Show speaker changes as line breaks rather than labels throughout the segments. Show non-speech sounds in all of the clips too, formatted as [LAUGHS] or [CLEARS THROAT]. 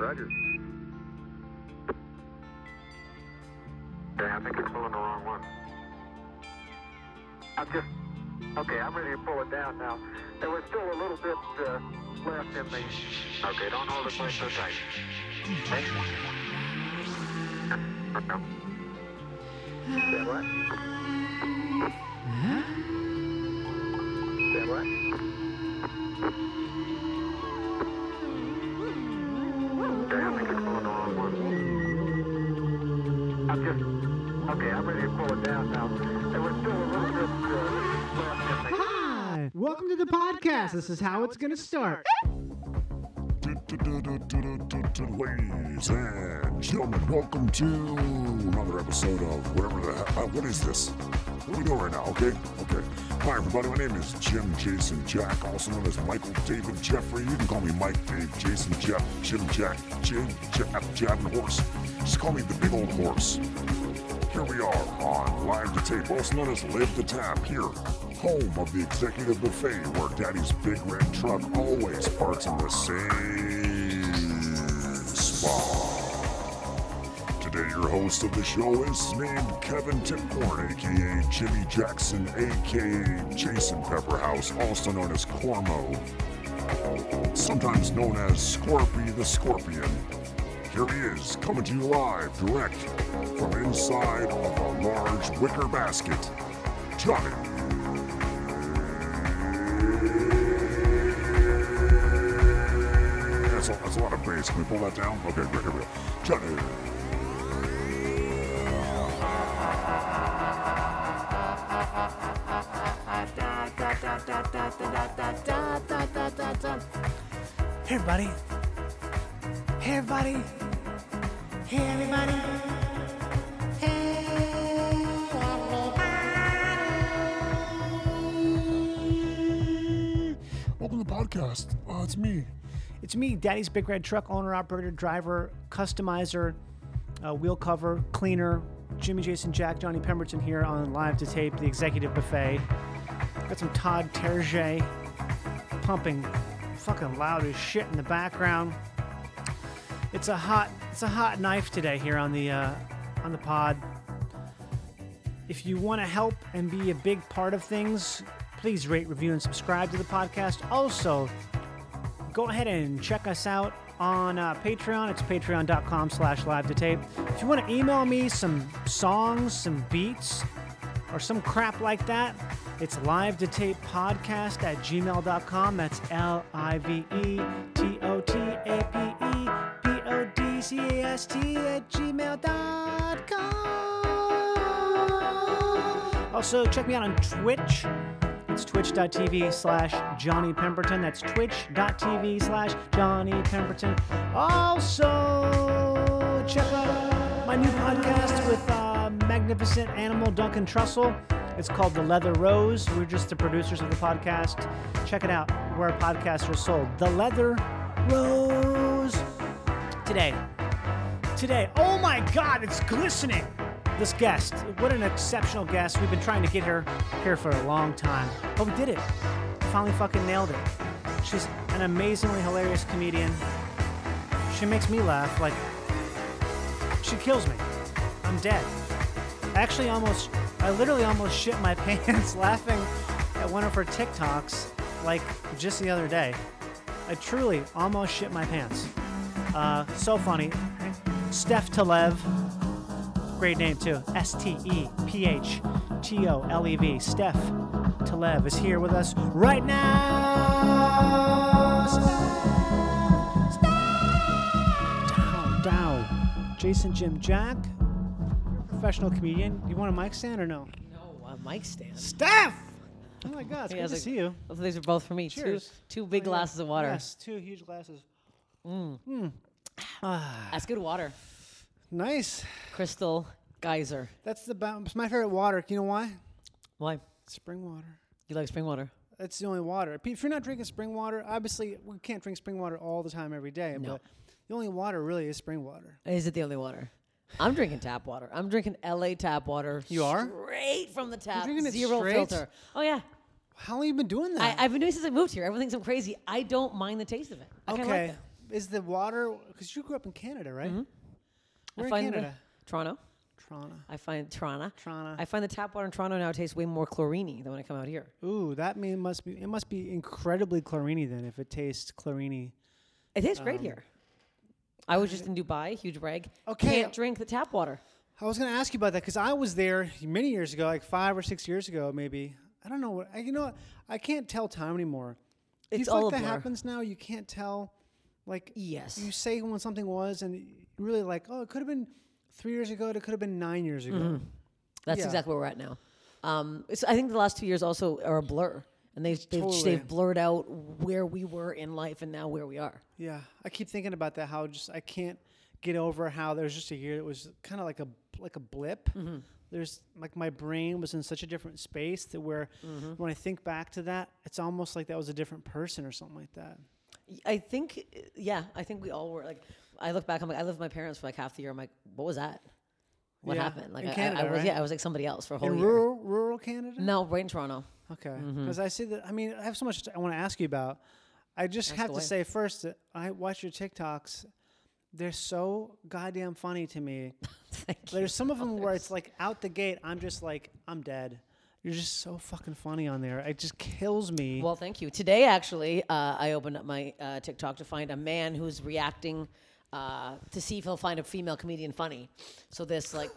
Roger.
Okay, I think you're pulling the wrong one. I'm just, okay, I'm ready to pull it down now. There was still a little bit uh, left in the. Okay, don't hold it quite so tight. Hey? Stand right. Stand right. Okay, I think you're pulling the wrong one. I'm just, okay, I'm ready to pull it down now. There was still a little bit uh, left in the.
Hi, welcome to the podcast. This is how it's going to start.
Ladies and gentlemen, welcome to another episode of whatever the hell. Uh, what is this? What are we doing right now? Okay, okay. Hi, everybody. My name is Jim Jason Jack, also known as Michael David Jeffrey. You can call me Mike, Dave, Jason, Jeff, Jim Jack, Jim, Jab, Jabbing Horse. Just call me the Big Old Horse. Here we are on Live to Tape, also known as Live to Tap, here, home of the Executive Buffet, where Daddy's big red truck always parks in the same spot. Today, your host of the show is named Kevin Tipcorn, aka Jimmy Jackson, aka Jason Pepperhouse, also known as Cormo, sometimes known as Scorpy the Scorpion. Here he is, coming to you live, direct from inside of a large wicker basket. Johnny. That's a, that's a lot of bass. Can we pull that down? Okay, great, here we go. Johnny.
Hey, everybody. Hey, everybody. Hey, everybody.
Welcome to the podcast. Uh, it's me.
It's me, Daddy's Big Red Truck owner, operator, driver, customizer, uh, wheel cover, cleaner, Jimmy Jason Jack, Johnny Pemberton here on Live to Tape, the Executive Buffet. Got some Todd Terje pumping fucking loud as shit in the background. It's a hot it's a hot knife today here on the uh, on the pod. If you want to help and be a big part of things, please rate, review, and subscribe to the podcast. Also, go ahead and check us out on uh, patreon it's patreon.com slash live to tape if you want to email me some songs some beats or some crap like that it's live to tape podcast at gmail.com that's E l-i-v-e-t-o-t-a-p-e-p-o-d-c-a-s-t at gmail.com also check me out on twitch it's twitch.tv slash Johnny Pemberton. That's twitch.tv slash Johnny Pemberton. Also, check out my new podcast with uh, magnificent animal Duncan Trussell. It's called The Leather Rose. We're just the producers of the podcast. Check it out where podcasts are sold. The Leather Rose. Today, today, oh my God, it's glistening. This guest, what an exceptional guest. We've been trying to get her here for a long time, but we did it. Finally fucking nailed it. She's an amazingly hilarious comedian. She makes me laugh like she kills me. I'm dead. I actually almost, I literally almost shit my [LAUGHS] pants laughing at one of her TikToks like just the other day. I truly almost shit my pants. Uh, so funny. Steph Telev great name too. S T E P H T O L E V. Steph Telev is here with us right now. Steph! Steph! Dow, Dow. Jason Jim Jack, you're a professional comedian. You want a mic stand or no?
No, Oh, a mic stand.
Steph! Oh my God, it's good
Yeah, I was
to
like-
see you.
Oh, These are both for me.
Cheers. Oh,
Two, two big glasses of water.
Yes, two huge glasses.
That's good water.
Nice.
Crystal geyser.
That's the ba- it's my favorite water. You know why?
Why?
Spring water.
You like spring water?
That's the only water. P- If you're not drinking spring water, obviously we can't drink spring water all the time every day. But the only water really is spring water.
Is it the only water? I'm drinking tap water. I'm drinking LA tap water.
You are?
Straight from the tap.
drinking it
zero
straight?
filter. Oh yeah.
How long you been doing that?
I, I've been doing it since I moved here. Everything's I'm crazy. I don't mind the taste of it. I kinda
okay,
like that.
is the water? Because you grew up in Canada, right? We're
I
in
find
Canada.
The, Toronto.
Toronto.
I find Toronto.
Toronto.
I find the tap water in Toronto now tastes way more chlorine than when I come out here.
Ooh, that mean must be it must be incredibly chlorini then if it tastes chlorini.
It tastes
Um,
great here. I was just in Dubai, huge brag.
Okay.
Can't drink the tap water.
I was going to ask you about that because I was there many years ago, like five or six years ago, maybe. I don't know what I, you know. What, I can't tell time anymore. Do you
It's
feel
all a
like that
blur.
happens now. You can't tell, like
Yes.
you say when something was, and you really like, oh, it could have been three years ago. It could have been nine years ago.
That's
Yeah.
exactly where we're at now. Um, it's, I think the last two years also are a blur, and they've they've,
Totally.
they've blurred out where we were in life and now where we are.
Yeah, I keep thinking about that. How just I can't get over how there's just a year that was kind of like a like a blip.
Mm-hmm.
There's like my brain was in such a different space that where
Mm-hmm.
when I think back to that, it's almost like that was a different person or something like that.
Y- I think, uh, yeah, I think we all were like. I look back, I'm like, I lived with my parents for like half the year. I'm like, what was that? What
Yeah,
happened? Like,
in
I, I- I,
Canada,
was,
right?
yeah, I was like somebody else for a whole
in
year.
rural rural Canada.
No, Mm-hmm. right in Toronto. [LAUGHS]
Okay, because I see that. I mean, I have so much I want to ask you about. I just have
the
to say
way.
first that I watch your TikToks. They're so goddamn funny to me.
Thank you.
There's some of them where it's like out the gate, I'm just like, I'm dead. You're just so fucking funny on there. It just kills me.
Well, thank you. Today, actually, uh, I opened up my uh, TikTok to find a man who's reacting uh, to see if he'll find a female comedian funny. So this like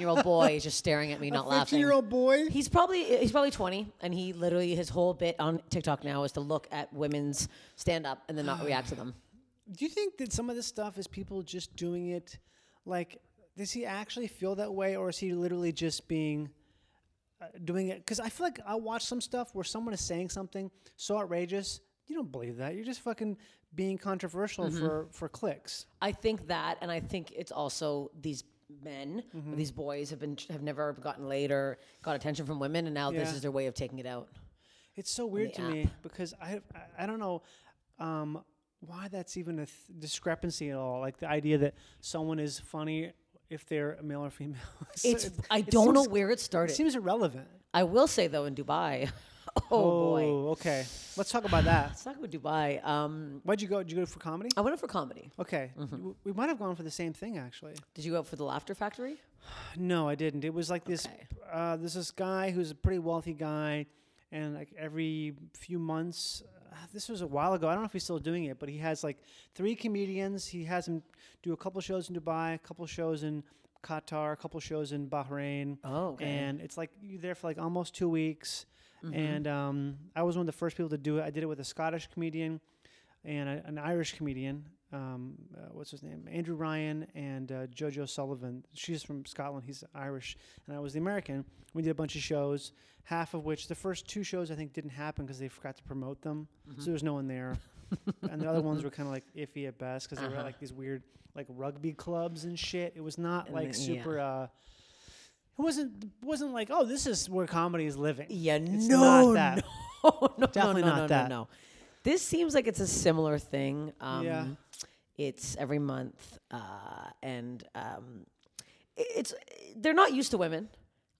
[LAUGHS]
year old boy is just staring at me, not laughing.
Fifteen-year-old boy.
He's probably he's probably 20, and he literally his whole bit on TikTok now is to look at women's stand up and then
[GASPS]
not react to them.
Do you think that some of this stuff is people just doing it? Like, does he actually feel that way, or is he literally just being uh, doing it? Because I feel like I watch some stuff where someone is saying something so outrageous, you don't believe that. You're just fucking being controversial
Mm-hmm.
for for clicks.
I think that, and I think it's also these men,
Mm-hmm.
or these boys have been have never gotten laid or got attention from women, and now this
Yeah.
is their way of taking it out.
It's so weird
the
to me because I I- I don't know um, why that's even a th- discrepancy at all. Like the idea that someone is funny if they're a male or female. [LAUGHS] So
It's
it-
I
it
don't know
seems-
where it
It
started.
seems irrelevant.
I will say though, in Dubai, [LAUGHS] oh, boy,
Oh, okay. Let's talk about that.
let's talk about Dubai. Um,
Why'd you go? Did you go for comedy?
I went up for comedy.
Okay.
mm-hmm.
W- We might have gone for the same thing actually.
Did you go up for the Laughter Factory?
No, I didn't. It was like this.
Okay.
Uh, there's this guy who's a pretty wealthy guy, and like every few months, uh, this was a while ago. I don't know if he's still doing it, but he has like three comedians. He has them do a couple shows in Dubai, a couple shows in Qatar, a couple shows in Bahrain.
Oh, okay. Mm-hmm.
And it's like you're there for like almost two weeks. And um, I was one of the first people to do it. I did it with a Scottish comedian and a, an Irish comedian. Um, uh, what's his name? Andrew Ryan and uh, Jojo Sullivan. She's from Scotland. He's Irish, and I was the American. We did a bunch of shows, half of which the first two shows I think didn't happen because they forgot to promote them,
Mm-hmm.
so there was no one
[LAUGHS]
there. and the other ones were kind of like iffy at best because they
Uh-huh.
were at, like these weird like rugby clubs and shit. It was not like
the- yeah.
super. Uh, it wasn't wasn't like oh this is where comedy is living.
Yeah,
it's
no,
not that.
Oh [LAUGHS] no,
Definitely
no, no,
not
no,
that.
no, no. This seems like it's a similar thing. Um,
Yeah.
It's every month, uh, and um, i- it's they're not used to women.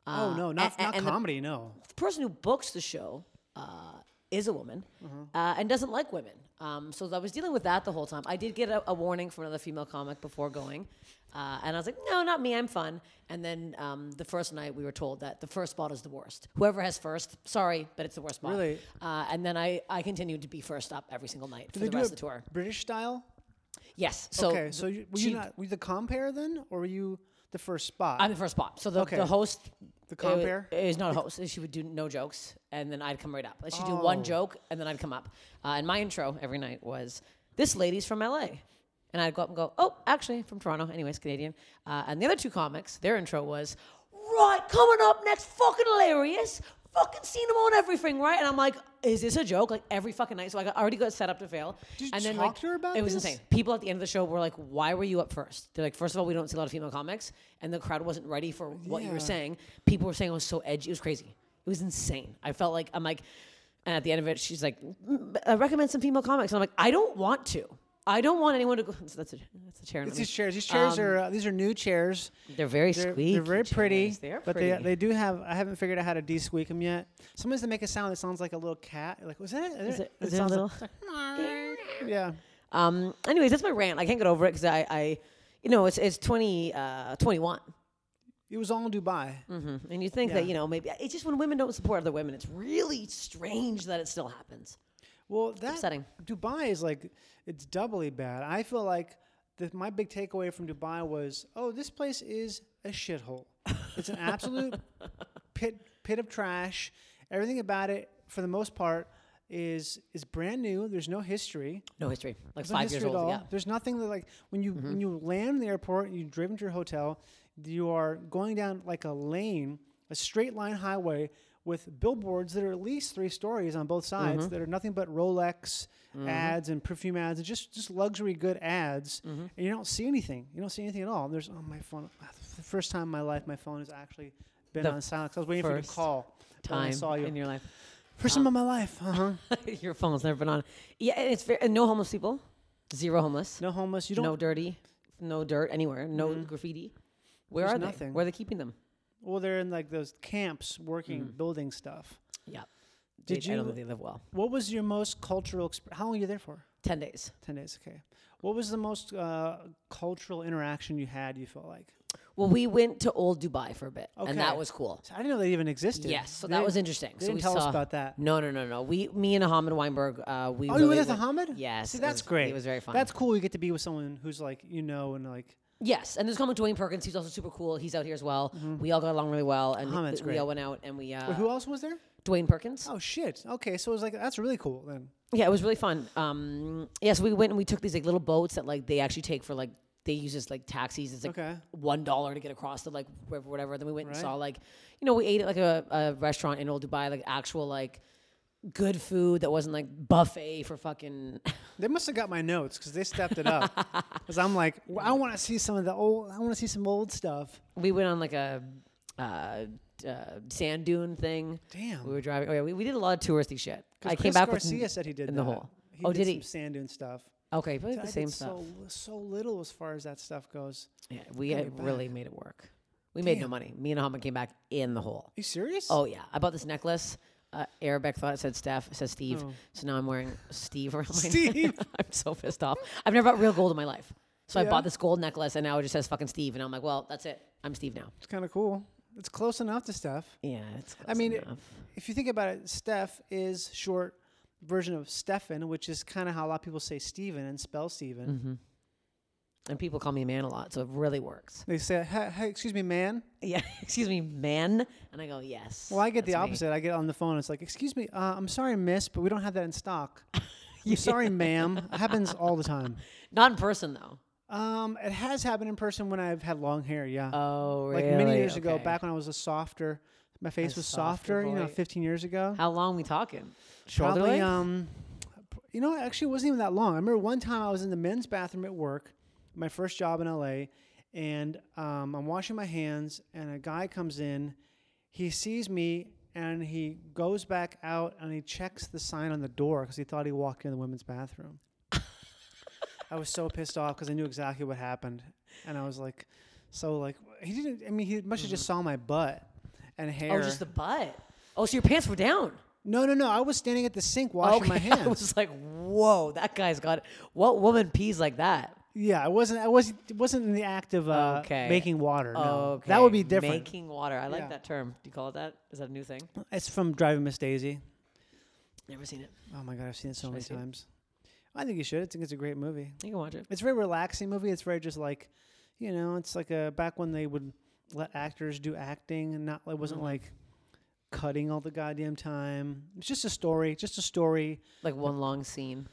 Oh
Uh,
no, not
a- a-
not
and the-
comedy. no,
the person who books the show uh, is a woman
Mm-hmm.
uh, and doesn't like women. Um, so I was dealing with that the whole time. I did get a, a warning from another female comic before going. Uh, and I was like, no, not me. I'm fun. And then um, the first night, we were told that the first spot is the worst. Whoever has first, sorry, but it's the worst spot.
Really?
Uh, and then I, I continued to be first up every single night for
They
the
do
rest
it
of the tour.
British style.
Yes. So
okay, so you, were you
she-
not were you the compare then, or were you the first spot?
I'm the first spot. So the,
Okay.
the host.
The compere?
i- Is not a host. She would do no jokes, and then I'd come right up. And she'd do
Oh.
one joke, and then I'd come up. Uh, and my intro every night was, This lady's from LA. And I'd go up and go, Oh, actually, from Toronto. Anyways, Canadian. Uh, and the other two comics, their intro was, Right, coming up next, fucking hilarious. Fucking seen him on everything, right? And I'm like, is this a joke? Like every fucking night. So I got, already got set up to fail.
Did you
and then
talk
like,
to her about
it was
this?
insane people at the end of the show were like, "Why were you up first? They're like, first of all, we don't see a lot of female comics, and the crowd wasn't ready for what you
Yeah.
were saying. People were saying it was so edgy, it was crazy, it was insane. I felt like I'm like, and at the end of it, she's like, "Mm, I recommend some female comics, and I'm like, I don't want to. I don't want anyone to go. [LAUGHS] That's a that's a chair. in
It's
the-
these chairs. These chairs are uh, these are new chairs.
They're very
They're,
squeaky.
they're very pretty,
chairs. They're
but
pretty.
they they do have. I haven't figured out how to de-squeak them yet. Sometimes they make a sound that sounds like a little cat. Like was that?
Is it-
it
is it a
sounds
little-
Like, yeah.
[LAUGHS] Um, anyways, that's my rant. I can't get over it because I, I, you know, it's it's 20, uh, 21.
It was all in Dubai.
And you think that,
Yeah.
you know, maybe it's just when women don't support other women, it's really strange that it still happens.
Well, that
upsetting.
Dubai is like it's doubly bad. I feel like the, my big takeaway from Dubai was, oh, this place is a shithole. It's an absolute pit pit of trash. Everything about it, for the most part, is is brand new. There's no history.
No history. Like
There's no
five years
history at
old.
all.
Yeah. Mm-hmm.
There's nothing that like when you when you land in the airport and you drive into your hotel, you are going down like a lane, a straight line highway with billboards that are at least three stories on both sides
Mm-hmm.
that are nothing but Rolex ads and perfume ads and just just luxury good ads,
Mm-hmm.
and you don't see anything. You don't see anything at all. And there's oh my phone. The first time in my life, my phone has actually been
The
on silent. 'cause I was waiting for you to
first
call. when I
Time
saw
in
you.
your Oh. life. [LAUGHS]
First time in my life. Uh huh.
your phone's never been on. Yeah, and it's very, and no homeless people. Zero homeless.
No homeless. You
[LAUGHS] No,
don't Mm-hmm.
dirty. No dirt anywhere. No graffiti. Where
There's
are
nothing.
they? Where are they keeping them?
Well, they're in like those camps working, building stuff.
Yeah.
Did
Mm-hmm. They- I don't
you-
think they live well.
What was your most cultural exp- How long were you there for?
10 days.
10 days, okay. What was the most uh, cultural interaction you had, you felt like?
Well, we went to old Dubai for a bit, and that
Okay.
was cool.
So I didn't know they even existed.
Yes, so
They
that
didn't-
was interesting.
They
so
didn't
we
tell
saw,
us about that.
No, no, no, no. We, me and Ahmed Weinberg, uh, we.
Oh,
really
you went with
went-
Ahmed?
Yes.
See,
it
that's
was-
great.
It was very fun.
That's cool. You get to be with someone who's like, you know, and like,
Yes, and there's comic Dwayne Perkins. He's also super cool. He's out here as well. We all got along really well, and
Ahmed's
we,
Mm-hmm. great.
all went out and we. Uh,
wait, who else was there?
Dwayne Perkins.
Oh, shit. Okay, so it was like, that's really cool then.
Yeah, it was really fun. Um, yeah, so we went and we took these like little boats that like they actually take for like they use as like taxis. It's like
Okay.
one dollar to get across to like wherever, whatever. Then we went
Right.
and saw like you know we ate at like a, a restaurant in Old Dubai, like actual like good food that wasn't like buffet for fucking. [LAUGHS]
They must have got my notes because they stepped it up. Because I'm like, "Well, I want to see some of the old, I want to see some old stuff.
we went on like a uh, uh, sand dune thing.
Damn.
we were driving. Oh yeah, we, we did a lot of touristy shit. I
Chris
came back with
Garcia said he did
in
that.
the hole.
He
oh,
did,
did,
some
he?
sand dune stuff.
Okay, probably
I
the
did
same stuff.
So, so little as far as that stuff goes.
Yeah, we
Gotta
had
go
really made it work. We made no
Damn.
money. Me and Ahmed came back in the hole.
you serious?
Oh yeah, I bought this necklace. Uh, Arabic thought it said Steph, it says Steve. So now I'm wearing Steve around my
Oh. Steve.
neck. [LAUGHS] I'm so pissed off. I've never bought real gold in my life. So I
Yeah.
bought this gold necklace, and now it just says fucking Steve. And I'm like, well, that's it. I'm Steve now.
it's kind of cool. It's close enough to Steph.
Yeah, it's.
I mean,
enough.
if you think about it, Steph is short version of Stefan, which is kind of how a lot of people say Steven and spell Steven.
and people call me man a lot, so it
[LAUGHS]
really works.
They say, hey, hey, excuse me, man.
Yeah, [LAUGHS] excuse me, man. And I go, yes.
Well, I get the
that's me."
opposite. I get on the phone. It's like, excuse me, uh, I'm sorry, miss, but we don't have that in [LAUGHS] stock. I'm sorry, ma'am. It happens all the time.
Not in person though.
Um, it has happened in person when I've had long hair. Yeah.
Oh,
like
really?
many years ago,
Okay.
back when I was a softer, my face was
softer
softer. You know,
boy.
15 years ago.
How long we talking? Shoulder
Probably,
length?
um, you know, actually, it wasn't even that long. I remember one time I was in the men's bathroom at work, my first job in LA, and um, I'm washing my hands, and a guy comes in. He sees me, and he goes back out, and he checks the sign on the door because he thought he walked into the women's
[LAUGHS]
bathroom. I was so pissed off because I knew exactly what happened, and I was like, so like he didn't. I mean, he must have just saw my butt and hair.
Mm-hmm. Oh, just the butt. Oh, so your pants were down.
no, no, no. I was standing at the sink washing Oh, my hands.
Oh, [LAUGHS] I was like, whoa, that guy's got. What woman pees like that?
Yeah, I wasn't. I wasn't. It wasn't in the act of uh,
Okay.
making water. No,
Okay.
that would be different.
Making water. I like
Yeah.
that term. Do you call it that? Is that a new thing?
It's from Driving Miss Daisy.
Never seen it.
Oh my god, I've seen it so many
see it?
times. I think you should. I think it's a great movie.
You can watch it.
It's a very relaxing movie. It's very just like, you know, it's like a back when they would let actors do acting and not. It
Mm-hmm.
wasn't like cutting all the goddamn time. It's just a story. Just a story.
Like one long scene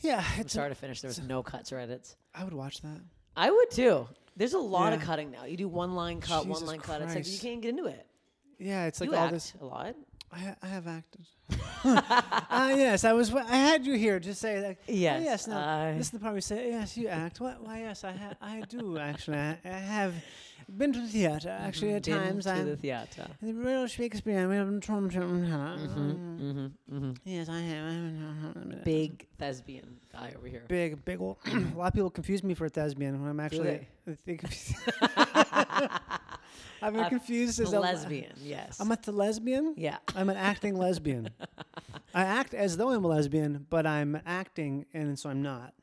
Yeah,
from
it's. a-
start to finish. There was no cuts or edits.
I would watch that.
I would too. There's a lot of
Yeah.
cutting now. You do one line cut, one
Jesus
line cut. It's like you
Christ.
can't get into it.
Yeah, it's like
you
all
act
this.
a lot.
I, ha- I have acted. [LAUGHS] uh, yes, I was. I had you here to say that. "Oh,
Yes,
yes. No,
I-
this is the part we say. Yes, you act. Why? why yes, I ha- I do actually. I, I have been to the theater actually at
Mm-hmm. Been
times.
to
I'm
the theater.
the real Shakespeare. We have Toronto. Mm. Yes, I have.
Mm-hmm. Big thespian guy over here.
Big, big. ol- [CLEARS THROAT] a lot of people confuse me for a thespian when I'm actually. they
[LAUGHS]
confuse- [LAUGHS] I've been
A
confused as
A lesbian. Yes.
I'm a th- lesbian.
yeah.
I'm an acting
[LAUGHS]
lesbian. I act as though I'm a lesbian, but I'm acting, and so I'm not.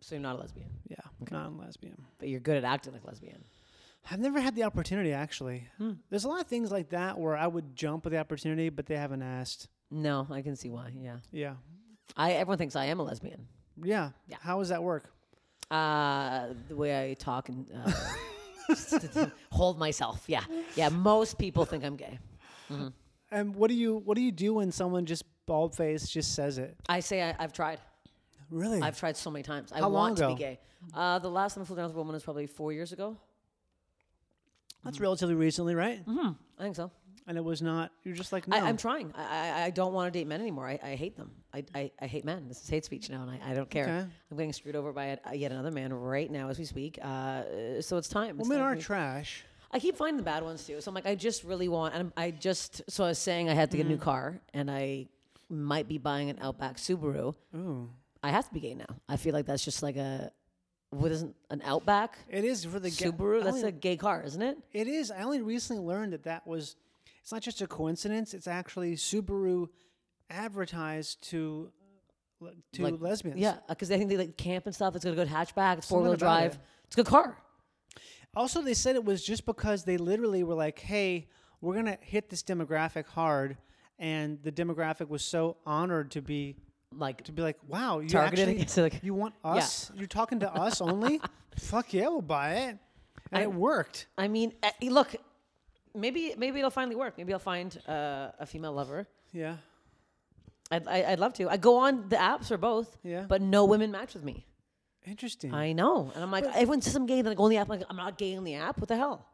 So you're not a lesbian,
Yeah, non-lesbian.
but you're good at acting like lesbian.
I've never had the opportunity actually.
Hmm.
There's a lot of things like that where I would jump at the opportunity, but they haven't asked.
No, I can see why. Yeah,
Yeah,
I everyone thinks I am a lesbian.
yeah.
Yeah.
How does that work?
Uh, the way I talk and uh, [LAUGHS] hold myself. Yeah, yeah. Most people think I'm gay.
And what do you what do you do when someone just bald face just says it?
I say I, I've tried.
Really?
I've tried so many times. I
How long
want to be
ago?
gay. Uh, the last time I flew down with a woman was probably four years ago. Hmm.
That's relatively recently, right?
I think so.
And it was not. You're just like no.
Mm-hmm. I, I'm trying. I, I, I don't want to date men anymore. I, I hate them. I, I, I hate men. This is hate speech now, and I, I don't care.
Okay.
I'm getting screwed over by a, yet another man right now as we speak. Uh, Uh, so it's time.
well,
It's
men
time
are
for me-
trash.
I keep finding the bad ones too. So I'm like, I just really want. And I'm- I just so I was saying I had to get a
Mm.
new car, and I might be buying an Outback Subaru.
Ooh.
I have to be gay now. I feel like that's just like a what isn't an Outback
It is for the ga-
Subaru.
I
That's
only-
a gay car, isn't it?
It is. I only recently learned that that was. It's not just a coincidence. It's actually Subaru advertised to le- to
Like,
lesbians.
Yeah, because I think they like camp and stuff. It's got a good hatchback.
Something
It's four wheel
about
drive.
it.
It's a good car.
Also, they said it was just because they literally were like, "Hey, we're gonna hit this demographic hard," and the demographic was so honored to be
Like
to be like, "Wow, you
Targeted
actually
against, like-
you want us? You're talking to us
[LAUGHS]
only? Fuck yeah, we'll buy it." And
I-
it worked.
I mean, eh, look, maybe maybe it'll finally work. Maybe I'll find uh, a female lover.
Yeah.
I'd, I- I'd love to. I go on the apps for both.
Yeah.
But no women match with me.
Interesting.
I know, and I'm like, everyone says I'm gay. Then I go on the app. I'm like, I'm not gay on the app. What the hell?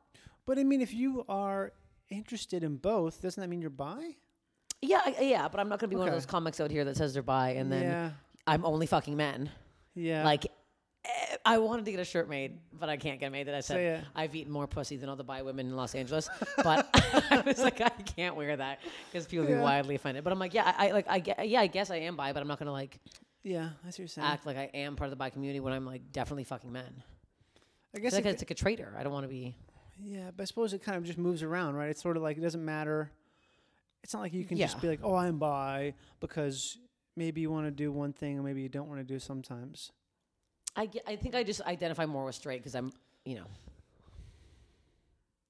but I mean, if you are interested in both, doesn't that mean you're bi?
Yeah, I, yeah, but I'm not gonna be one of
Okay.
those comics out here that says they're bi and then
Yeah.
I'm only fucking men.
Yeah.
Like, eh, I wanted to get a shirt made, but I can't get it made. That I said
Say it.
I've eaten more pussy than all the bi women in Los Angeles, but [LAUGHS] I was like, I can't wear that because people would be
Yeah.
wildly offended. But I'm like, yeah, I, I like, I ge- yeah, I guess I am bi, but I'm not gonna like
yeah, that's what you're saying.
act like I am part of the bi community when I'm like definitely fucking men.
I
It's
guess
like
it,
it's like a traitor. I don't want to be.
Yeah, but I suppose it kind of just moves around, right? It's sort of like it doesn't matter. It's not like you can just
Yeah.
be like, "Oh, I'm bi," because maybe you want to do one thing and maybe you don't want to do
[LAUGHS]
sometimes.
I, ge- I think I just identify more with straight because I'm, you know.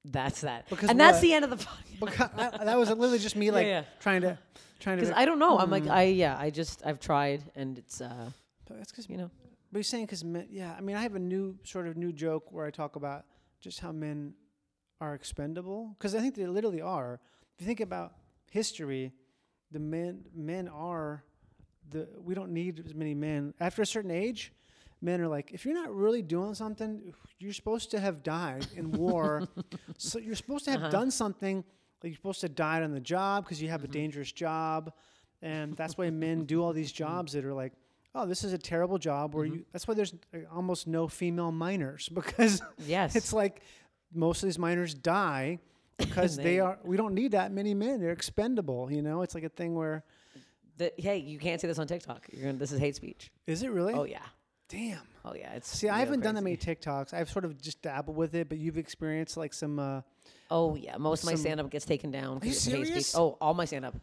That's that.
Because
and that's
what?
the end of the [LAUGHS] podcast.
Because I, that was literally just me, like
yeah.
trying to, trying to.
Because I don't know. I'm like, I, yeah, I just, I've tried and it's, uh,
but that's 'cause-
you know.
but you're saying because men. Yeah, I mean, I have a new sort of new joke where I talk about just how men are expendable because I think they literally are. If you think about history, the men men are the we don't need as many men after a certain age. Men are like, if you're not really doing something, you're supposed to have died in war. so you're supposed to have done something. Like you're supposed to have died on the job because you have a dangerous job, and that's why men do all these jobs that are like, oh, this is a terrible job. Where you that's why there's uh, almost no female miners [LAUGHS] because
Yes.
it's like most of these miners die because
They-
they, are. We don't need that many men. They're expendable. You know, it's like a thing where
The, hey, you can't say this on TikTok. You're gonna, this is hate speech.
is it really?
Oh yeah.
damn.
Oh yeah. It's
See, I
real
haven't done that
crazy.
many TikToks. I've sort of just dabbled with it, but you've experienced like some. Uh,
Oh yeah. Most of my
Some-
stand up gets taken down. 'cause
you
it's hate speech.
serious?
Oh, all my stand up.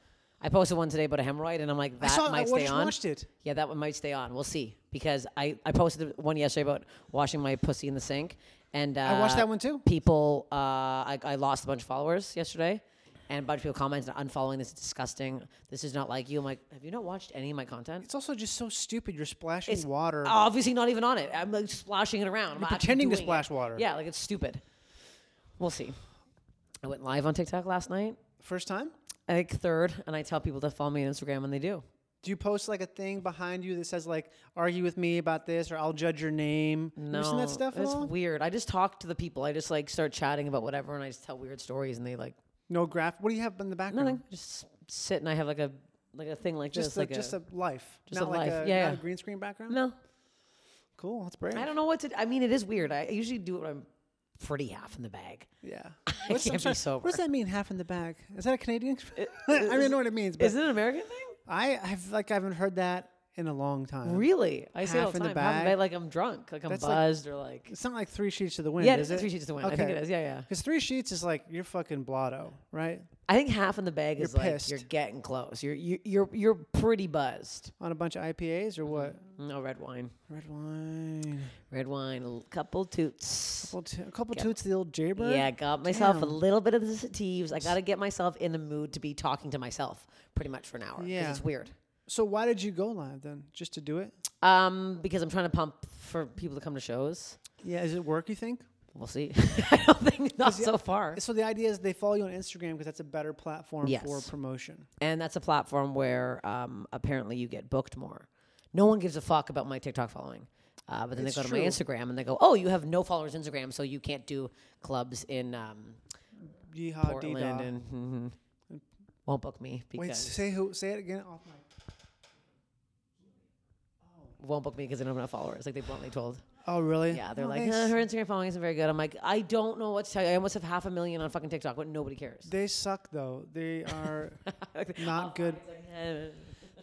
I posted one today about a hemorrhoid, and I'm like, that
I saw. I
might
wa-
stay
just
on.
watched it.
Yeah, that one might stay on. We'll see because I I posted one yesterday about washing my pussy in the sink, and uh, I
watched that one too.
People, uh, I I lost a bunch of followers yesterday. And a bunch of people commented, unfollowing this is disgusting. This is not like you. I'm like, have you not watched any of my content?
It's also just so stupid. You're splashing
It's
water.
Obviously, not even on it. I'm like splashing it around. I'm not actually
pretending to
doing it.
splash water.
Yeah, like it's stupid. We'll see. I went live on TikTok last night,
First time?
I think third, and I tell people to follow me on Instagram, and they do.
Do you post like a thing behind you that says like "argue with me about this" or "I'll judge your name"?
No,
you seen that stuff at
it's
all?
weird. I just talk to the people. I just like start chatting about whatever, and I just tell weird stories, and they like
no graph. What do you have in the background?
nothing. Just sit, and I have like a like a thing like
Oh. Just
this,
a,
like
just
a,
a, life,
just
not
a
like
life.
a,
Yeah,
not
yeah.
a green screen background.
no.
Cool, that's brave.
I don't know what to. I mean, it is weird. I usually do it when I'm pretty half in the bag. [LAUGHS]
Yeah,
can't be
sorry,
sober.
What does that mean? Half in the bag? [LAUGHS] Is that a Canadian? exp- I don't know what it means. But
Is it an American thing?
I have like I haven't heard that in a long time.
Really? I say all
half
the
in the
time. half in
bag.
bag, like I'm drunk, like I'm
That's like-
buzzed, or like
It's not like three sheets to the wind.
Yeah, it
is
is
it?
Three Sheets to the Wind. I think it is. Yeah, yeah.
Because three sheets is like you're fucking blotto, right?
I think half in the bag is like
pissed.
you're getting close. You're you, you're you're pretty buzzed.
On a bunch of IPAs or what?
No red wine.
Red wine.
Red wine, a l- couple toots.
Well, t- a couple toots of the old Jaybird.
Yeah, I got myself a
Damn.
little bit of the satives. I got to get myself in the mood to be talking to myself pretty much for an hour. 'cause
Yeah.
it's weird.
So why did you go live then? Just to do it?
Um, because I'm trying to pump for people to come to shows.
Yeah. Is it work? You think?
We'll see. [LAUGHS] I don't think not so far.
So the idea is they follow you on Instagram because that's a better platform for
Yes.
promotion.
And that's a platform where um, apparently you get booked more. No one gives a fuck about my TikTok following. Uh, but then
It's
they go
true.
to my Instagram and they go, oh, you have no followers on Instagram, so you can't do clubs in um,
Yeehaw, dee
Portland and mhm. won't book me
Oh,
because
Wait, say who? Say it again. Off mic.
won't book me because I don't have enough followers. Like they bluntly told.
Oh, really?
Yeah, they're
No,
like,
they
"Uh,
s-
her Instagram following isn't very good. I'm like, I don't know what to tell you. I almost have half a million on fucking TikTok, but nobody cares.
They suck though. They are
[LAUGHS] Like,
not good.
"Eh."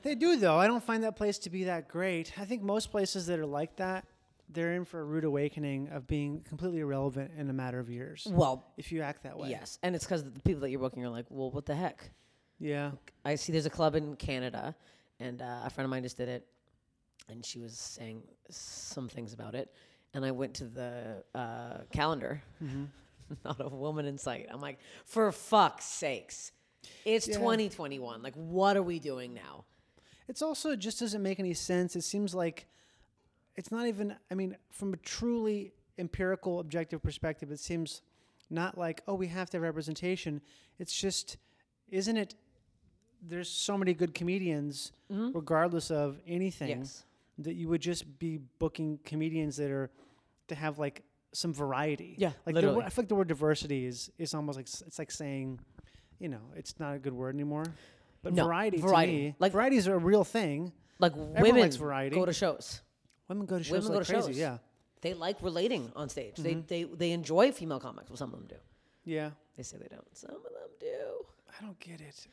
They do though. I don't find that place to be that great. I think most places that are like that, they're in for a rude awakening of being completely irrelevant in a matter of years.
well,
If you act that way.
yes, and it's because the people that you're booking are like, well, what the heck?
Yeah.
I see there's a club in Canada, and uh, a friend of mine just did it, and she was saying some things about it, and I went to the uh, calendar, [LAUGHS] not a woman in sight. I'm like, for fuck's sakes, it's 2021. Like, what are we doing now?
It's also it just doesn't make any sense. It seems like it's not even I mean, from a truly empirical objective perspective, it seems not like, oh, we have to have representation. It's just isn't it there's so many good comedians regardless of anything
Yes.
that you would just be booking comedians that are to have like some variety.
Yeah,
Like the,
literally.
wor- I feel like the word diversity is is almost like s- it's like saying, you know, it's not a good word anymore. But
No,
variety,
variety.
to me, like
Like-
variety is a real thing.
Like women
likes variety.
go to shows.
Women go to shows
Women
like
go to
crazy.
shows.
Yeah,
They like relating on stage.
Mm-hmm.
They, they they enjoy female comics. Well, some of them do.
yeah.
They say they don't. Some of them do.
I don't get it.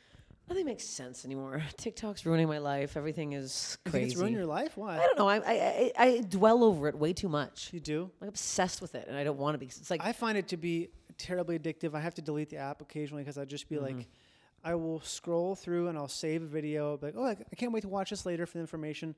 Nothing makes sense anymore. [LAUGHS] TikTok's ruining my life. Everything is
You
crazy.
think it's ruined your life? Why?
I don't know. I, I, I, I dwell over it way too much.
You do.
I'm obsessed with it, and I don't want to be. 'cause It's like
I find it to be terribly addictive. I have to delete the app occasionally because I just be
Mm-hmm.
like, I will scroll through and I'll save a video. Be Like, oh, I, I can't wait to watch this later for the information.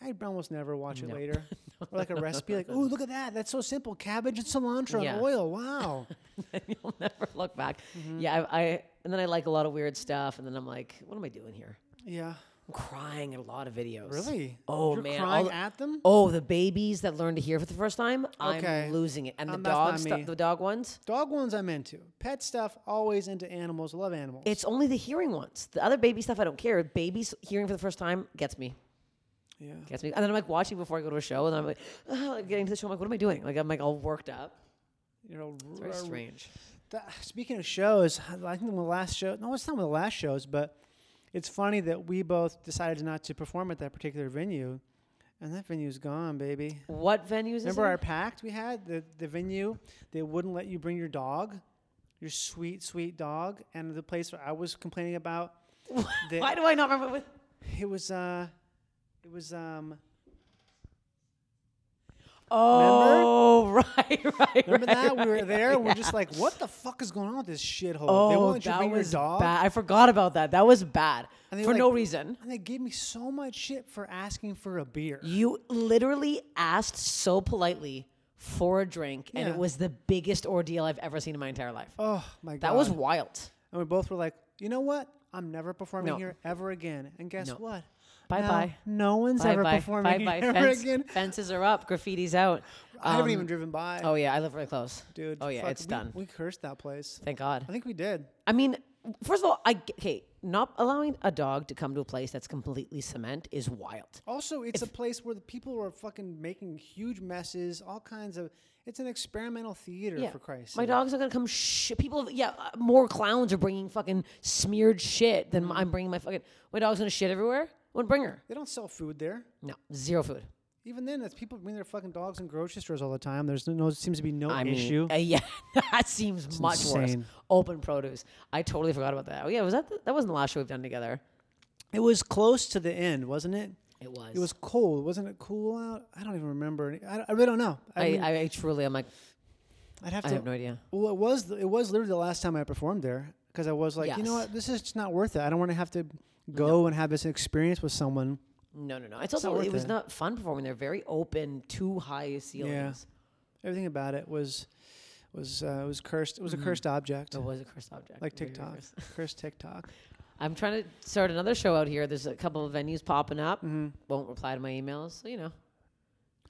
I almost never watch it
[LAUGHS]
later. Or like a recipe, like, oh, look at that. That's so simple. Cabbage and cilantro
Yeah.
and oil. Wow.
[LAUGHS] you'll never look back.
Mm-hmm.
Yeah, I, I and then I like a lot of weird stuff, and then I'm like, what am I doing here?
yeah.
I'm crying at a lot of videos.
Really?
Oh
You're
man, all
Crying
the-
at them?
Oh, the babies that learn to hear for the first time.
Okay.
I'm losing it. And the
Um, that's not
dog
me.
stuff, the dog ones.
Dog ones I'm into. Pet stuff, always into animals. Love animals.
It's only the hearing ones. The other baby stuff, I don't care. Babies hearing for the first time gets me.
yeah.
Gets me. And then I'm like watching before I go to a show, and I'm like, "Ah," like, getting to the show. I'm like, what am I doing? Like I'm like all worked up.
You know,
It's very strange.
That, speaking of shows, I think one of the last show. No, it's not one of the last shows, but it's funny that we both decided not to perform at that particular venue, and that venue's gone, baby.
What venues? is
Remember
it?
our pact we had? The the venue they wouldn't let you bring your dog, your sweet sweet dog, and the place where I was complaining
[LAUGHS]
about. that
Why do I not remember? What,
[LAUGHS] it was uh, it was
[LAUGHS]
um.
oh, [LAUGHS] right, right.
Remember
right,
that we were
right,
there? and We're
yeah.
just like, what the fuck is going on with this shithole? they
Oh,
won't let you
that
bring your
was
dog.
bad. I forgot about that. That was bad
And they
for
were
no
like-
reason.
And they gave me so much shit for asking for a beer.
You literally asked so politely for a drink, and
Yeah.
it was the biggest ordeal I've ever seen in my entire life.
Oh my god.
that was wild.
and we both were like, you know what? I'm never performing
No.
here ever again. And guess
No.
what?
Bye
Now,
bye.
No one's
Bye
ever
bye.
performing [LAUGHS]
Bye bye.
here ever
Fence-
again.
Fences are up. Graffiti's out.
I haven't
Um,
even driven by.
Oh yeah, I live really close,
dude.
Oh yeah,
fuck,
it's
we-
done.
We cursed that place.
Thank God.
I think we did.
I mean, first of all, I g- okay, not allowing a dog to come to a place that's completely cement is wild.
Also, it's a place where the people are fucking making huge messes, all kinds of. It's an experimental theater for Christ's
my
sake.
dogs are gonna come. Sh- people, yeah, uh, more clowns are bringing fucking smeared shit
Mm.
than I'm bringing my fucking. My dog's gonna shit everywhere. Would bring her?
They don't sell food there.
No, zero food.
Even then, it's people bring their fucking dogs in grocery stores all the time. There's no seems to be no
I mean,
issue.
uh, [LAUGHS] yeah, that seems much worse.
insane.
Open produce. I totally forgot about that. Oh yeah, was that the, that wasn't the last show we've done together?
It was close to the end, wasn't it?
It was.
It was cold. Wasn't it cool out? I don't even remember. I, I really don't know. I,
I,
mean,
I, I truly, I'm like,
I'd have to.
I have no idea.
Well, it was the- it was literally the last time I performed there because I was like, you know
Yes.
what, this is just not worth it. I don't want to have to go and have this experience with someone.
No, no, no. It's also
not worth
it was
it.
not fun performing. They're very open, too high ceilings.
Everything about it was was uh, was cursed. It
Mm-hmm.
was a cursed object,
It was a cursed object.
like
Very
TikTok,
[LAUGHS] cursed.
cursed TikTok.
I'm trying to start another show out here. There's a couple of venues popping up.
Mm-hmm.
Won't reply to my emails. So, you know,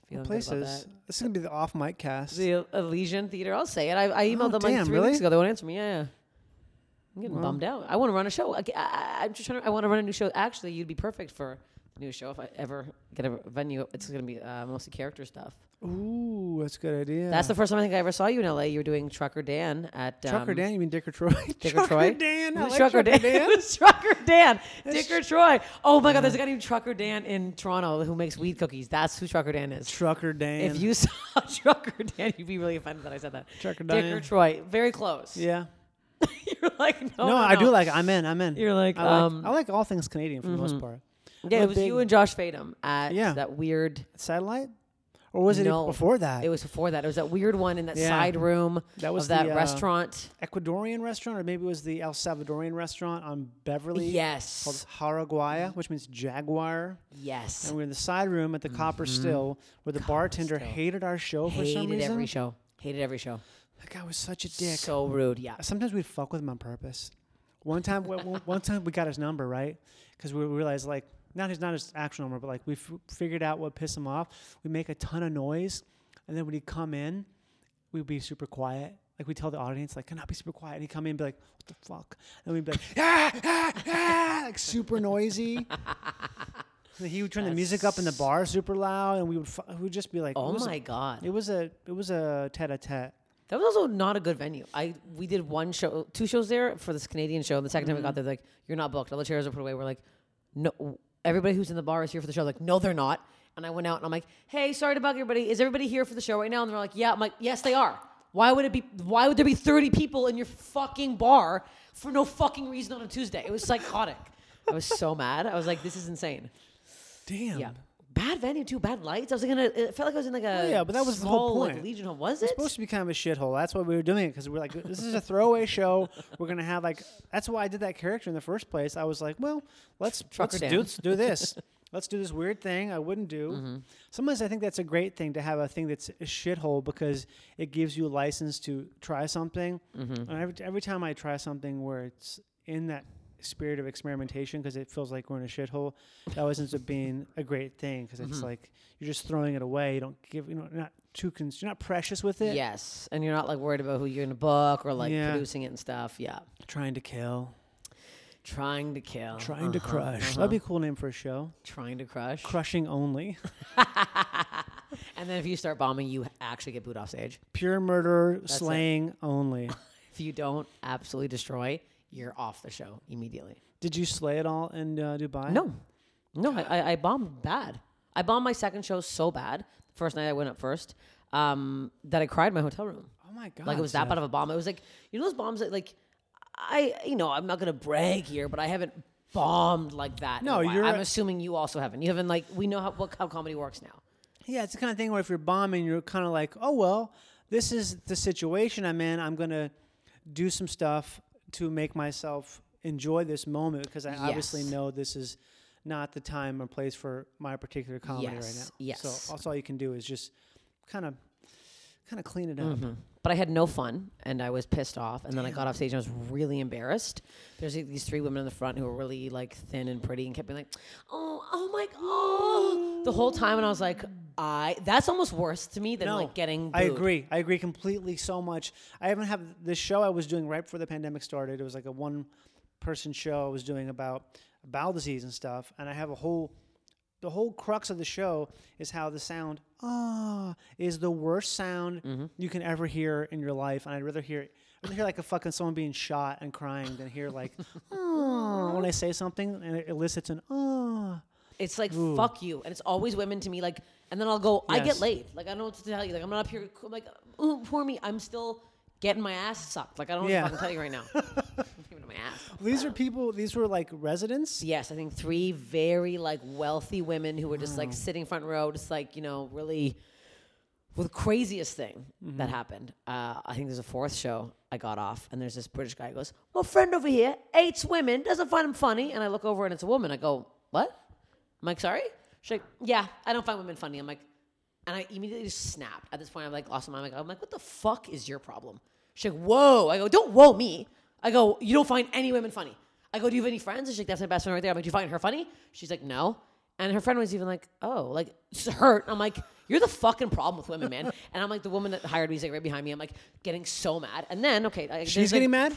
feeling good about
Places.
that.
This is gonna be the off mic cast.
The Elysian Theater. I'll say it. I, I emailed
Oh,
them
damn,
like three
really?
weeks ago. They won't answer me. Yeah, yeah. I'm getting bummed out. I want to run a show. I, I, I'm just trying to. I want to run a new show. Actually, you'd be perfect for the new show if I ever get a venue. It's going to be uh, mostly character stuff.
Ooh, that's a good idea.
That's the first time I think I ever saw you in LA. You were doing Trucker Dan at um,
Trucker Dan. You mean Dick or Troy? [LAUGHS]
Dick or Troy?
Dan. I
Is [LAUGHS] it
like
Trucker Dan. It's Trucker Dan. Dick or Troy. Oh my God, there's a guy named Trucker Dan in Toronto who makes weed cookies. That's who Trucker Dan is.
Trucker Dan.
If you [LAUGHS] saw Trucker Dan, you'd be really offended that I said that.
Trucker
Dick or
Dan.
Troy. Very close.
yeah.
[LAUGHS] You're like, no. Oh, No,
No, I do like. I'm in. I'm in.
You're like,
I like,
um, mm-hmm.
I like all things Canadian for the most part.
Yeah,
I'm a
it was
big-
you and Josh Fadum at
Yeah.
that weird.
Satellite, or was it
no.
before that?
It was before that. It was that weird one in that
Yeah.
side room
That was
of that
the, uh,
restaurant.
Ecuadorian restaurant, or maybe it was the El Salvadorian restaurant on Beverly.
Yes.
Called Haraguaya, which means jaguar.
Yes.
And we were in the side room at the Copper Still, where the bartender
Mm-hmm. Still.
hated our show for some
Hated
reason.
every show. Hated every show.
That guy was such a dick.
So rude. Yeah.
Sometimes we'd fuck with him on purpose. One time, w- w- one time we got his number right because we realized like not his not his actual number, but like we f- figured out what pissed him off. We make a ton of noise, and then when he'd come in, we'd be super quiet. Like we tell the audience, like, "Can I be super quiet?" And he'd come in and be like, "What the fuck?" And we'd be like, [LAUGHS] "Ah, ah, ah," like super noisy. [LAUGHS] And then he would turn the music up in the bar super loud, and we would fu- we would just be like,
Oh
it was a-
my God.
It was a it was a tete a tete.
That was also not a good venue. I we did one show, two shows there for this Canadian show. And the 2nd time we
Mm-hmm.
got there, they're like you're not booked. All the chairs are put away. We're like, no. Everybody who's in the bar is here for the show. Like, no, they're not. And I went out and I'm like, hey, sorry to bug everybody. Is everybody here for the show right now? And they're like, yeah. I'm like, yes, they are. Why would it be? Why would there be 30 people in your fucking bar for no fucking reason on a Tuesday? It was psychotic. I was so mad. I was like, this is insane.
Damn.
Yeah. Bad venue too. Bad lights. I was like, in a, it felt like I was in like a
Well, Oh, yeah, but that was the whole
small, like,
point.
Legion Hall was
It's
it?
supposed to be kind of a shithole. That's why we were doing it because we're like, this is a throwaway show. We're gonna have like, that's why I did that character in the first place. I was like, well, let's
Trucker
let's do,
Dan.
let's do this. [LAUGHS] let's do this weird thing I wouldn't do. Sometimes I think that's a great thing to have a thing that's a shithole because it gives you a license to try something. And every, every time I try something where it's in that spirit of experimentation because it feels like we're in a shithole that always ends up being a great thing because it's like you're just throwing it away you don't give you know not too con- you're not precious with it
Yes, and you're not like worried about who you're gonna book or like
Yeah.
producing it and stuff. Yeah,
Trying to kill.
trying to kill, Uh,
Trying to crush. That'd be a cool name for a show.
trying to crush,
Crushing only.
and then if you start bombing, you actually get booed off stage.
Pure murder, slaying only.
If you don't absolutely destroy, you're off the show immediately.
Did you slay it all in uh, Dubai?
No, no, I, I, I bombed bad. I bombed my second show so bad. The first night I went up first, um, that I cried in my hotel room.
Oh my god.
Like it was that
Jeff.
bad of a bomb. It was like you know those bombs that like I you know I'm not gonna brag here, but I haven't bombed like that. in a
No,
while.
you're
I'm
a-
assuming you also haven't. You haven't like we know how what, how comedy works now.
Yeah, it's the kind of thing where if you're bombing, you're kind of like, oh well, this is the situation I'm in. I'm gonna do some stuff to make myself enjoy this moment because I obviously
Yes.
know this is not the time or place for my particular comedy right
Yes,
now.
yes.
So also all you can do is just kind of, kind of clean it up.
But I had no fun and I was pissed off. And then I got off stage and I was really embarrassed. There's like, these three women in the front who were really like thin and pretty and kept being like, oh, oh my god, the whole time. And I was like, I that's almost worse to me than like getting. Booed.
I agree. I agree completely so much. I haven't have this show I was doing right before the pandemic started. It was like a one person show I was doing about bowel disease and stuff, and I have a whole the whole crux of the show is how the sound ah is the worst sound
Mm-hmm.
you can ever hear in your life, and I'd rather hear I'd rather hear like a fucking someone being shot and crying than hear like [LAUGHS] ah when I say something and it elicits an ah.
It's like fuck you, and it's always women to me. Like, and then I'll go. I
Yes.
get laid. Like I don't know what to tell you. Like I'm not up here. I'm like, ooh, poor me. I'm still getting my ass sucked. Like I don't know
Yeah. [LAUGHS]
what to fucking tell you right now. Even to my ass.
These are people. These were like residents.
Yes, I think three very like wealthy women who were just
Mm.
like sitting front row, just like you know, really. Well, the craziest thing that
Mm-hmm.
happened. Uh, I think there's a fourth show. I got off, and there's this British guy who goes, "Well, friend over here hates women, doesn't find them funny." And I look over, and it's a woman. I go, "What?" I'm like, "Sorry." She's like, "Yeah, I don't find women funny." I'm like, and I immediately just snapped. At this point, I'm like, "Lost my mind." I'm like, "What the fuck is your problem?" She's like, "Whoa!" I go, "Don't whoa me." I go, "You don't find any women funny." I go, "Do you have any friends?" And she's like, "That's my best friend right there." I'm like, "Do you find her funny?" She's like, "No." And her friend was even like, "Oh, like s- hurt." I'm like, "You're the fucking problem with
[LAUGHS]
women, man." and I'm like, the woman that hired me is like right behind me. I'm like getting so mad. And then okay, I,
She's getting mad.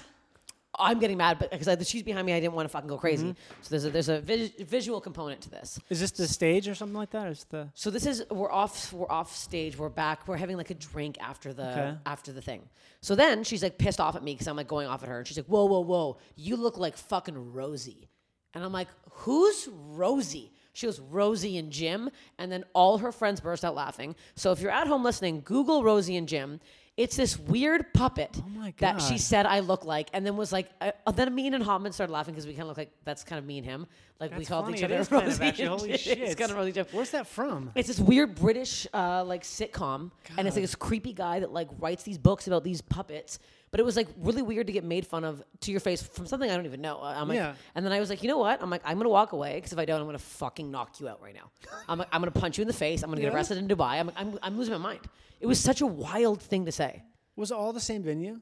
I'm getting mad, but because she's behind me, I didn't want to fucking go crazy.
Mm-hmm.
So there's a there's a vis- visual component to this.
Is this the stage or something like that? Or is the
So this is we're off we're off stage. We're back. We're having like a drink after the
Okay.
after the thing. So then she's like pissed off at me because I'm like going off at her, and she's like, "Whoa, whoa, whoa! You look like fucking Rosie," and I'm like, "Who's Rosie?" She goes, "Rosie and Jim," and then all her friends burst out laughing. So if you're at home listening, Google Rosie and Jim. It's this weird puppet
Oh my
that she
God.
said I look like, and then was like, uh, then me and Hoffman started laughing because we kind of look like that's kind of me and him. Like we
That's
called
funny,
each
it
other
is
[LAUGHS] Rosie
kind of actually,
and
holy
Jim. It's
shit.
kind of Rosie and Jim.
Where's that from?
It's this weird British uh, like sitcom, and it's like this creepy guy that like writes these books about these puppets. But it was like really weird to get made fun of to your face from something I don't even know. Uh, I'm like,
Yeah.
and then I was like, you know what? I'm like, I'm gonna walk away because if I don't, I'm gonna fucking knock you out right now. I'm like, I'm gonna punch you in the face. I'm gonna get
Yeah.
arrested in Dubai. I'm, like, I'm I'm losing my mind. It was such a wild thing to say.
Was it all the same venue?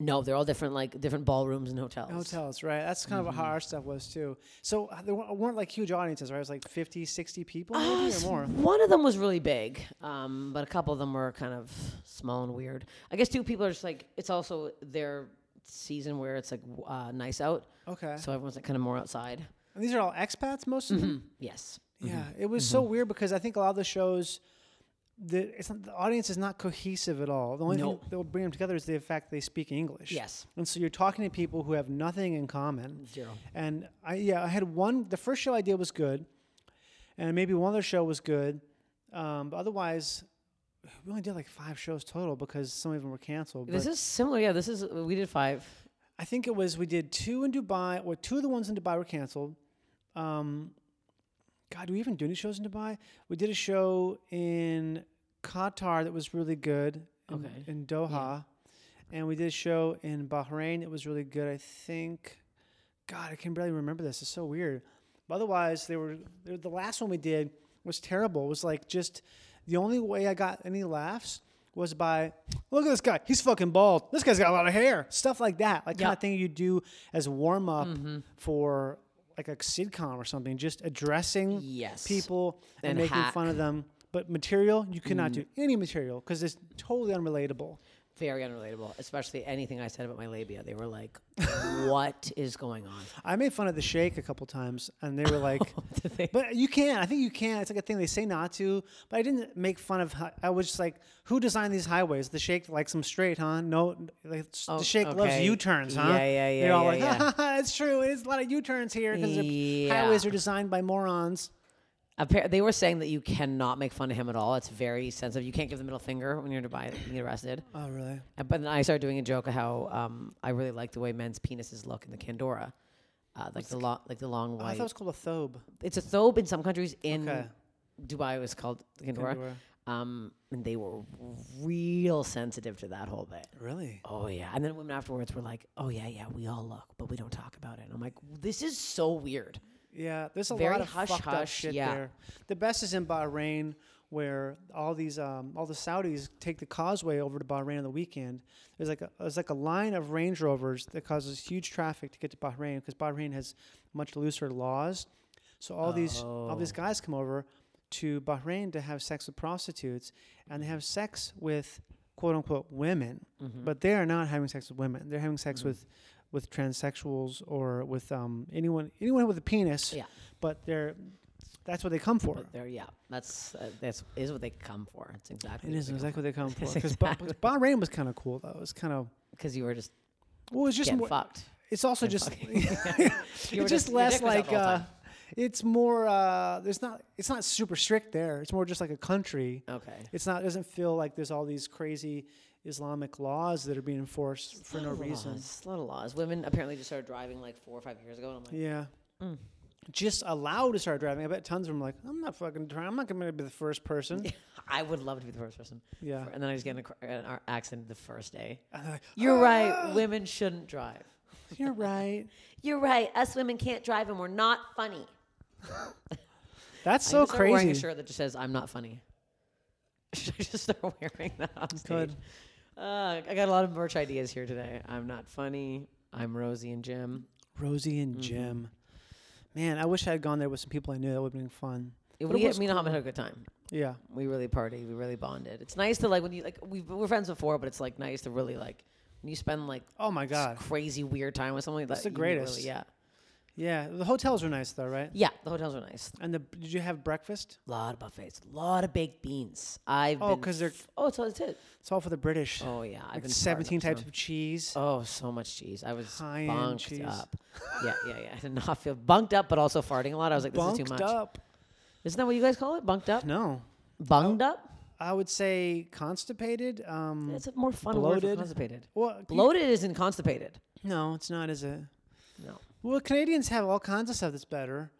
No, they're all different like different ballrooms and hotels.
Hotels, right? That's kind of how our stuff was too. So uh, there wa- weren't like huge audiences, right? It was like 50, 60 people maybe or more.
One of them was really big, um, but a couple of them were kind of small and weird. I guess two people are just like it's also their season where it's like w- uh, nice out,
Okay.
so everyone's like kind of more outside.
and these are all expats, most of them.
Yes,
Yeah, it was
Mm-hmm.
so weird because I think a lot of the shows, the it's not, the audience is not cohesive at all. The only
No.
thing that will bring them together is the fact they speak English.
Yes.
and so you're talking to people who have nothing in common.
Zero.
And I yeah, I had one. The first show I did was good, and maybe one other show was good, um, but otherwise. We only did like five shows total because some of them were canceled.
this
but
is similar. Yeah, this is we did five.
I think it was we did two in Dubai, or two of the ones in Dubai were canceled. Um, God, do we even do any shows in Dubai? We did a show in Qatar that was really good. In,
Okay.
In Doha, and we did a show in Bahrain that was really good. I think. God, I can barely remember this. It's so weird. But otherwise, they were they were- the last one we did was terrible. It was like just the only way I got any laughs was by look at this guy. He's fucking bald. This guy's got a lot of hair. Stuff like that, like kind
Yeah.
of thing you do as warm up
Mm-hmm.
for like a sitcom or something. Just addressing
Yes.
people and,
And
making fun
hack. Mm.
of them. But material, you cannot do any material because it's totally unrelatable.
Very unrelatable, especially anything I said about my labia. They
[LAUGHS]
were like, "What is going on?"
I made fun of the Sheikh a couple times, and
[LAUGHS]
they were like,
Oh, Did they-
"But you can. I think you can. It's like a thing they say not to." But I didn't make fun of. hi- I was just like, "Who designed these highways? The Sheikh likes them straight, huh? No, like, s-
Oh,
the Sheikh loves
okay.
U-turns, huh?"
Yeah, yeah, yeah,
They're all
yeah,
like,
yeah.
"Ha, ha, ha, [LAUGHS] "It's true. It's a lot of U-turns here because
Yeah.
highways are designed by morons."
Appar- they were saying that you cannot make fun of him at all. It's very sensitive. You can't give the middle finger when you're in Dubai. You get arrested.
Oh, really?
And- But then I started doing a joke of how um, I really like the way men's penises look in the Candora, uh, like the long, like the long
Oh, I
white.
thought it was called a thobe.
it's a thobe in some countries. In
Okay.
Dubai, it was called the Candora.
Candora.
Um, and they were real sensitive to that whole bit.
Really?
Oh yeah, and then women afterwards were like, "Oh yeah, yeah, we all look, but we don't talk about it." And I'm like, "This is so weird."
Yeah, there's a
Very
lot of
hush
fucked up
hush,
shit
yeah.
there. The best is in Bahrain, where all these um, all the Saudis take the causeway over to Bahrain on the weekend. There's like a, there's like a line of Range Rovers that causes huge traffic to get to Bahrain because Bahrain has much looser laws. So all these all these guys come over to Bahrain to have sex with prostitutes, and they have sex with quote unquote women, but they are not having sex with women. They're having sex with with transsexuals or with um, anyone anyone with a penis
Yeah.
but they're that's what they come for.
There, yeah, that's uh, that's is what they come for. It's exactly.
It is exactly what they come for.
[LAUGHS]
Because Bahrain was kind of cool though. It was kind of
because you were just
well, it's just
getting
more,
fucked.
it's also just
fucking- [LAUGHS] You were
[LAUGHS] it's
just-
just
your
less
dick was out
like
the whole
uh,
time.
it's more. Uh, there's not. It's not super strict there. It's more just like a country.
Okay.
It's not. It doesn't feel like there's all these crazy Islamic laws that are being enforced for no reason.
Laws, a lot of laws. Women apparently just started driving like four or five years ago, and I'm like,
Yeah.
Mm.
Just allowed to start driving. I bet tons of them are like, I'm not fucking driving. I'm not going to be the first
[LAUGHS]
person.
I would love to be the first person.
Yeah.
For- And then I just get in a, cr- an ar- accident the first
[LAUGHS]
day. You're right. Women shouldn't drive.
"Ah, You're
[LAUGHS]
right.
You're right. Us women can't drive, and we're not funny.
That's
I
so
need to start Wearing a
crazy.
shirt that just says "I'm not funny." [LAUGHS] Should I just start wearing that on stage?
Good.
Uh, I got a lot of merch ideas here today. I'm not funny. I'm Rosie and Jim.
Rosie
Mm-hmm.
and Jim. Man, I wish I had gone there with some people I knew. That would have been fun.
We,
But it
me
was
and Ahmed had a good time.
Yeah.
We really partied. We really bonded. It's nice to like when you like we were friends before, but it's like nice to really like when you spend like
Oh my God.
crazy weird time with someone. Like,
the
you really-
greatest.
yeah.
Yeah. The hotels were nice though, right?
Yeah, the hotels were nice.
And the did you have breakfast?
A lot of buffets, a lot of baked beans. I've
Oh,
been
'cause they're-
f- oh, so it's it.
It's all for the British.
Oh yeah, I've been
Seventeen
partnered
types of
with
cheese.
them. Oh, so much cheese. I was
High-end
bunked
cheese.
up. yeah, yeah, yeah. I did not feel bunked up, but also farting a lot. I was like, this
Bunked
is too much.
up.
Isn't that what you guys call it? Bunked up?
No,
Bunged up?
I would say constipated. Um,
That's a more fun word for
bloated.
constipated.
well, you-
Bloated isn't constipated.
no, it's not. Is it?
No.
Well, Canadians have all kinds of stuff that's better.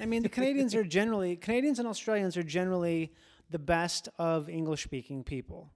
I mean, the Canadians
[LAUGHS]
are generally Canadians and Australians are generally the best of English-speaking people.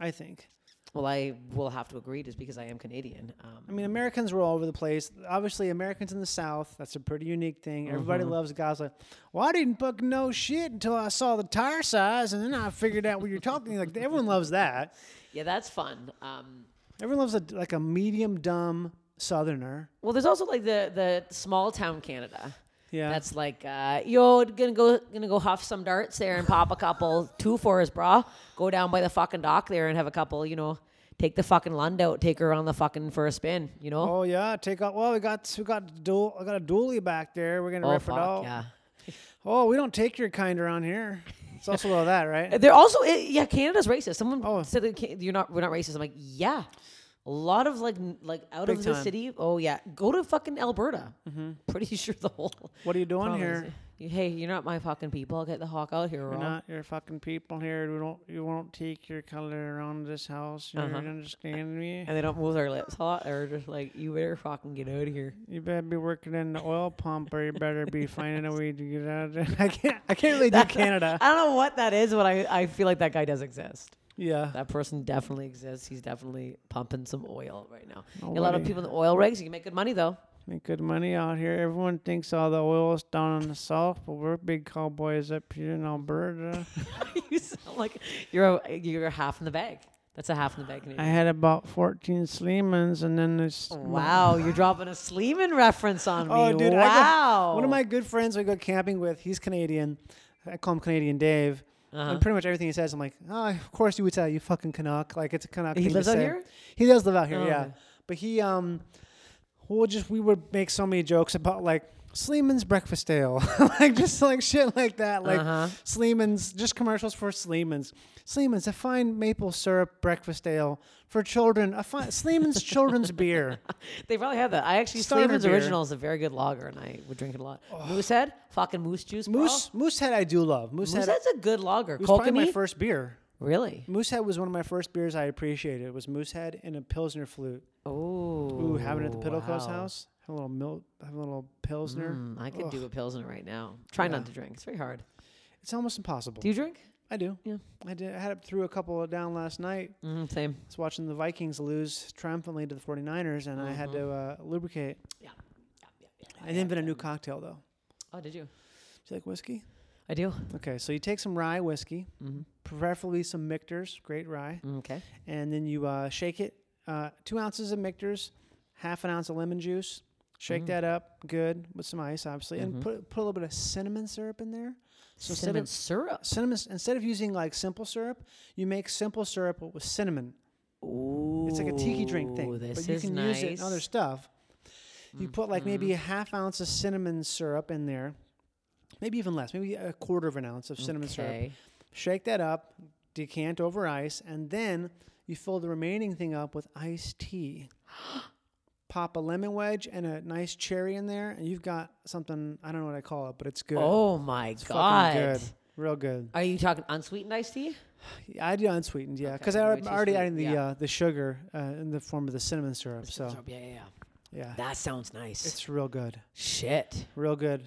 I think.
Well, I will have to agree just because I am Canadian.
I
Um,
mean, Americans were all over the place. Obviously, Americans in the South, that's a pretty unique thing. Everybody
Mm-hmm.
loves guys like, well, I didn't fucking know shit until I saw the tire size and then I figured out what you're talking. Like, everyone loves that.
yeah, that's fun. Um,
Everyone loves a, like a medium dumb Southerner.
well, there's also like the, the small town Canada.
Yeah.
That's like, uh, yo, gonna go, gonna go huff some darts there and pop a couple [LAUGHS] two for his bra. Go down by the fucking dock there and have a couple, you know, take the fucking lund out, take her on the fucking for a spin, you know.
Oh yeah, take off. Well, we got we got dual. I got a dually back there. We're gonna rip it out.
yeah.
Oh, we don't take your kind around here. It's also all that,
[LAUGHS]
right?
They're also, eh, yeah, Canada's racist. Someone
Oh.
said that Ca- you're not, we're not racist. I'm like, yeah. A lot of like, n- like out
Big
of the
time. Mm-hmm.
city. Oh yeah, go to fucking Alberta. Pretty [LAUGHS] sure the whole.
What are you doing
province-
here?
You- Hey, you're not my fucking people. I'll get the hawk out here.
You're
Rob.
not your fucking people here. We don't. You won't take your color around this house. You understand me?
And they don't move their lips Uh-huh. a lot. They're just like, you better fucking get out of here.
You better be working in the oil pump, or you better be finding a way to get out of there. [LAUGHS] I can't. I can't
[LAUGHS]
really do Canada.
I don't know what that is, but I, I feel like that guy does exist.
Yeah.
That person definitely exists. He's definitely pumping some oil right now. a lot of
way.
people in the oil rigs, you can make good money though. [LAUGHS]
Make good money out here. Everyone thinks all the oil is down in the south, but we're big cowboys up here in
[LAUGHS]
Alberta.
you sound like you're a, you're half in the bag. That's a half in the bag.
I
Canadian.
had about 14 Sleemans, and then this.
Wow, you're dropping a Sleeman reference on me.
Oh, dude! I
wow.
got, one of my good friends I go camping with. He's Canadian. I call him Canadian Dave.
Uh-huh.
And pretty much everything he says, I'm like, oh, of course you would say you fucking Canuck. Like it's a Canuck.
He
thing to
lives out
say.
here?
He does live out here,
Oh,
yeah.
okay.
But he, um, we'll just we would make so many jokes about like Sleeman's breakfast ale, [LAUGHS] like just like shit like that, like
Uh-huh.
Sleeman's just commercials for Sleeman's. Sleeman's a fine maple syrup breakfast ale for children. A fine Sleeman's children's
[LAUGHS]
beer.
They probably have that. I actually
Starter
Sleeman's
beer.
Original is a very good lager, and I would drink it a lot. Moosehead, fucking moose juice. bro.
Moose Moosehead, I do love Moosehead.
Moosehead's a good lager.
It was probably my
Kokanee?
first beer.
Really?
Moosehead was one of my first beers I appreciated. It was Moosehead and a Pilsner flute.
Oh.
Ooh, having it at the Pidalco's
wow.
house. Have a little milk, have a little Pilsner.
Mm, I could do a Pilsner right now. Try not to drink. It's very hard.
It's almost impossible.
Do you drink?
I do.
Yeah.
I did. I had it through a couple of down last night. I
Mm, same.
was watching the Vikings lose triumphantly to the 49ers, and I had to
Uh-huh.
uh, lubricate.
Yeah. Yeah, yeah, yeah.
I invented a new cocktail, though.
Oh, did you?
Do you like whiskey?
I do.
Okay, so you take some rye whiskey,
Mm-hmm.
preferably some Michter's, great rye.
Mm, Okay.
and then you uh, shake it. Uh, two ounces of Michter's, half an ounce of lemon juice.
Mm.
Shake that up good with some ice, obviously, and put put a little bit of cinnamon syrup in there. So instead
Mm-hmm. Cinnamon
of
syrup.
cinnamon, instead of using like simple syrup, you make simple syrup but with cinnamon.
Ooh.
It's like a tiki drink thing,
This
but you
is
can
nice. Mm-hmm.
use it in other stuff. You put like maybe a half ounce of cinnamon syrup in there, maybe even less, maybe a quarter of an ounce of cinnamon syrup
Okay.
shake that up, decant over ice, and then you fill the remaining thing up with iced tea. [GASPS] pop a lemon wedge and a nice cherry in there, and you've got something I don't know what I call it, but it's good.
Oh my
It's
god.
fucking good, real good.
Are you talking unsweetened iced tea?
I do unsweetened, yeah, because
way
I
too
am already
sweet,
adding the
yeah.
uh, the sugar uh, in the form of the cinnamon syrup. So
Yeah, yeah, yeah.
yeah,
That sounds nice.
it's real good,
Shit.
real good.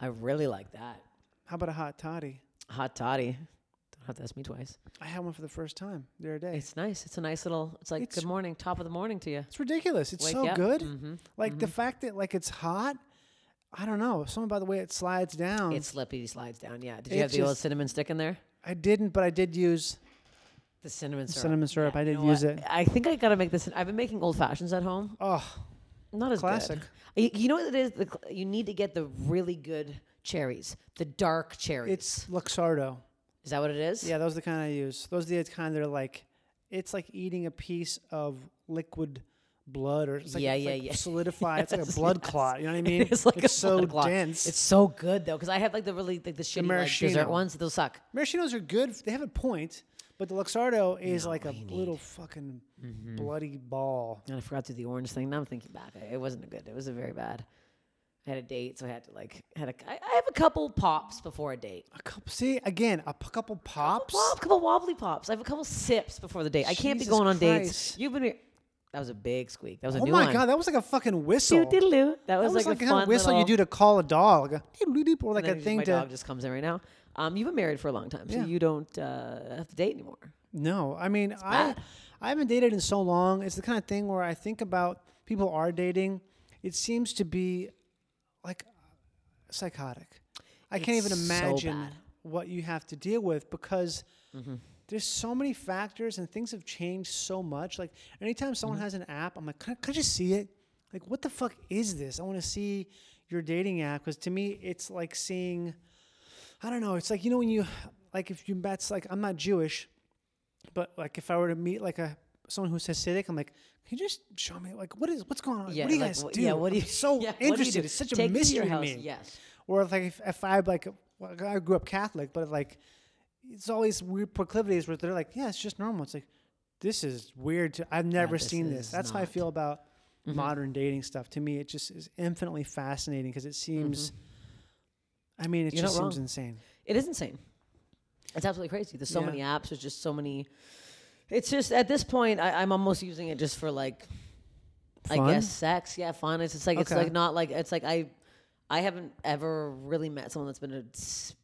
I really like that.
How about a hot toddy?
Hot toddy. Don't have to ask me twice.
I had one for the first time the other day. It's,
It's nice. It's a nice little. It's like
It's-
good morning, top of the morning to you.
ridiculous. It's
Wake
so
up.
good.
Mhm.
Like the fact that like it's hot. I don't know. Something about the way it slides down.
It slippy slides down. Yeah. Did you
It
have the old
just-
cinnamon stick in there?
I didn't, but I did use
The cinnamon syrup.
cinnamon syrup. I did
You know
use
what?
it.
I think I gotta make this. I've been making old fashions at home.
Oh,
Not as
Classic.
Good. You, you know what it is? The, cl- you need to get the really good cherries, the dark cherries.
it's Luxardo.
is that what it is?
Yeah, those are the kind I use. Those are the kind that are like, it's like eating a piece of liquid blood or it's like,
Yeah,
it's
yeah,
like
yeah. [LAUGHS]
solidified. It's like a
Yes,
blood
yes.
clot. You know what I mean?
[LAUGHS] It's like a
so
blood clot.
dense.
It's so good though, because I have like the really like the shitty like, dessert
maraschino.
ones. Those suck.
Maraschinos are good. They have a point, but the Luxardo is like a little fucking
Mm-hmm.
bloody ball.
And I forgot to do the orange thing. Now I'm thinking back. It wasn't good. It was a very bad. I had a date, so I had to like had a. I, I have a couple pops before a date.
A couple, see again, a p- couple pops.
Pop, couple wobbly pops. I have a couple sips before the date. I can't be
Jesus
going on dates.
Christ.
You've been. here- That was a big squeak. That was a
Oh
new
my
one.
god, that was like a fucking whistle.
Doo, diddle-oo. That
that
was,
was like,
like,
the
a
kind
fun
of whistle you
little-
do to call a dog, like a doodle-doop, or like
And
a
then
thing
my
to.
dog just comes in right now. Um, you've been married for a long time, so
Yeah.
you don't uh, have to date anymore.
No, I mean I
bad.
I haven't dated in so long. It's the kind of thing where I think about people are dating. It seems to be like psychotic. I can't even
It's so
imagine
bad. Mm-hmm.
what you have to deal with because there's so many factors and things have changed so much. Like anytime someone
Mm-hmm.
has an app, I'm like, can I, can I just see it? Like, what the fuck is this? I want to see your dating app because to me, it's like seeing. I don't know. It's like you know when you like if you that's like I'm not Jewish, but like if I were to meet like a someone who's Hasidic, I'm like, can you just show me like what is what's going on?
Yeah,
what do you
like,
guys
wh-
do?
yeah, what do
I'm
you-
so
[LAUGHS] yeah, what do you
interested.
do?
It's such a
Take me to
mystery
your
to
house,
me.
yes.
Or if, like if, if I like well, I grew up Catholic, but like it's always weird proclivities where they're like, yeah, it's just normal. It's like this is weird. To, I've never
this
seen this.
is
That's how I
not- Mm-hmm.
feel about modern dating stuff. To me, it just is infinitely fascinating because it seems. I mean, it
Mm-hmm. You're not
just seems
wrong.
insane.
It is insane. It's absolutely crazy. There's so
Yeah.
many apps. There's just so many. It's just at this point, I, I'm almost using it just for like,
Fun?
I guess sex. Yeah, fun. It's just like it's
Okay.
like not like it's like I, I haven't ever really met someone that's been a s-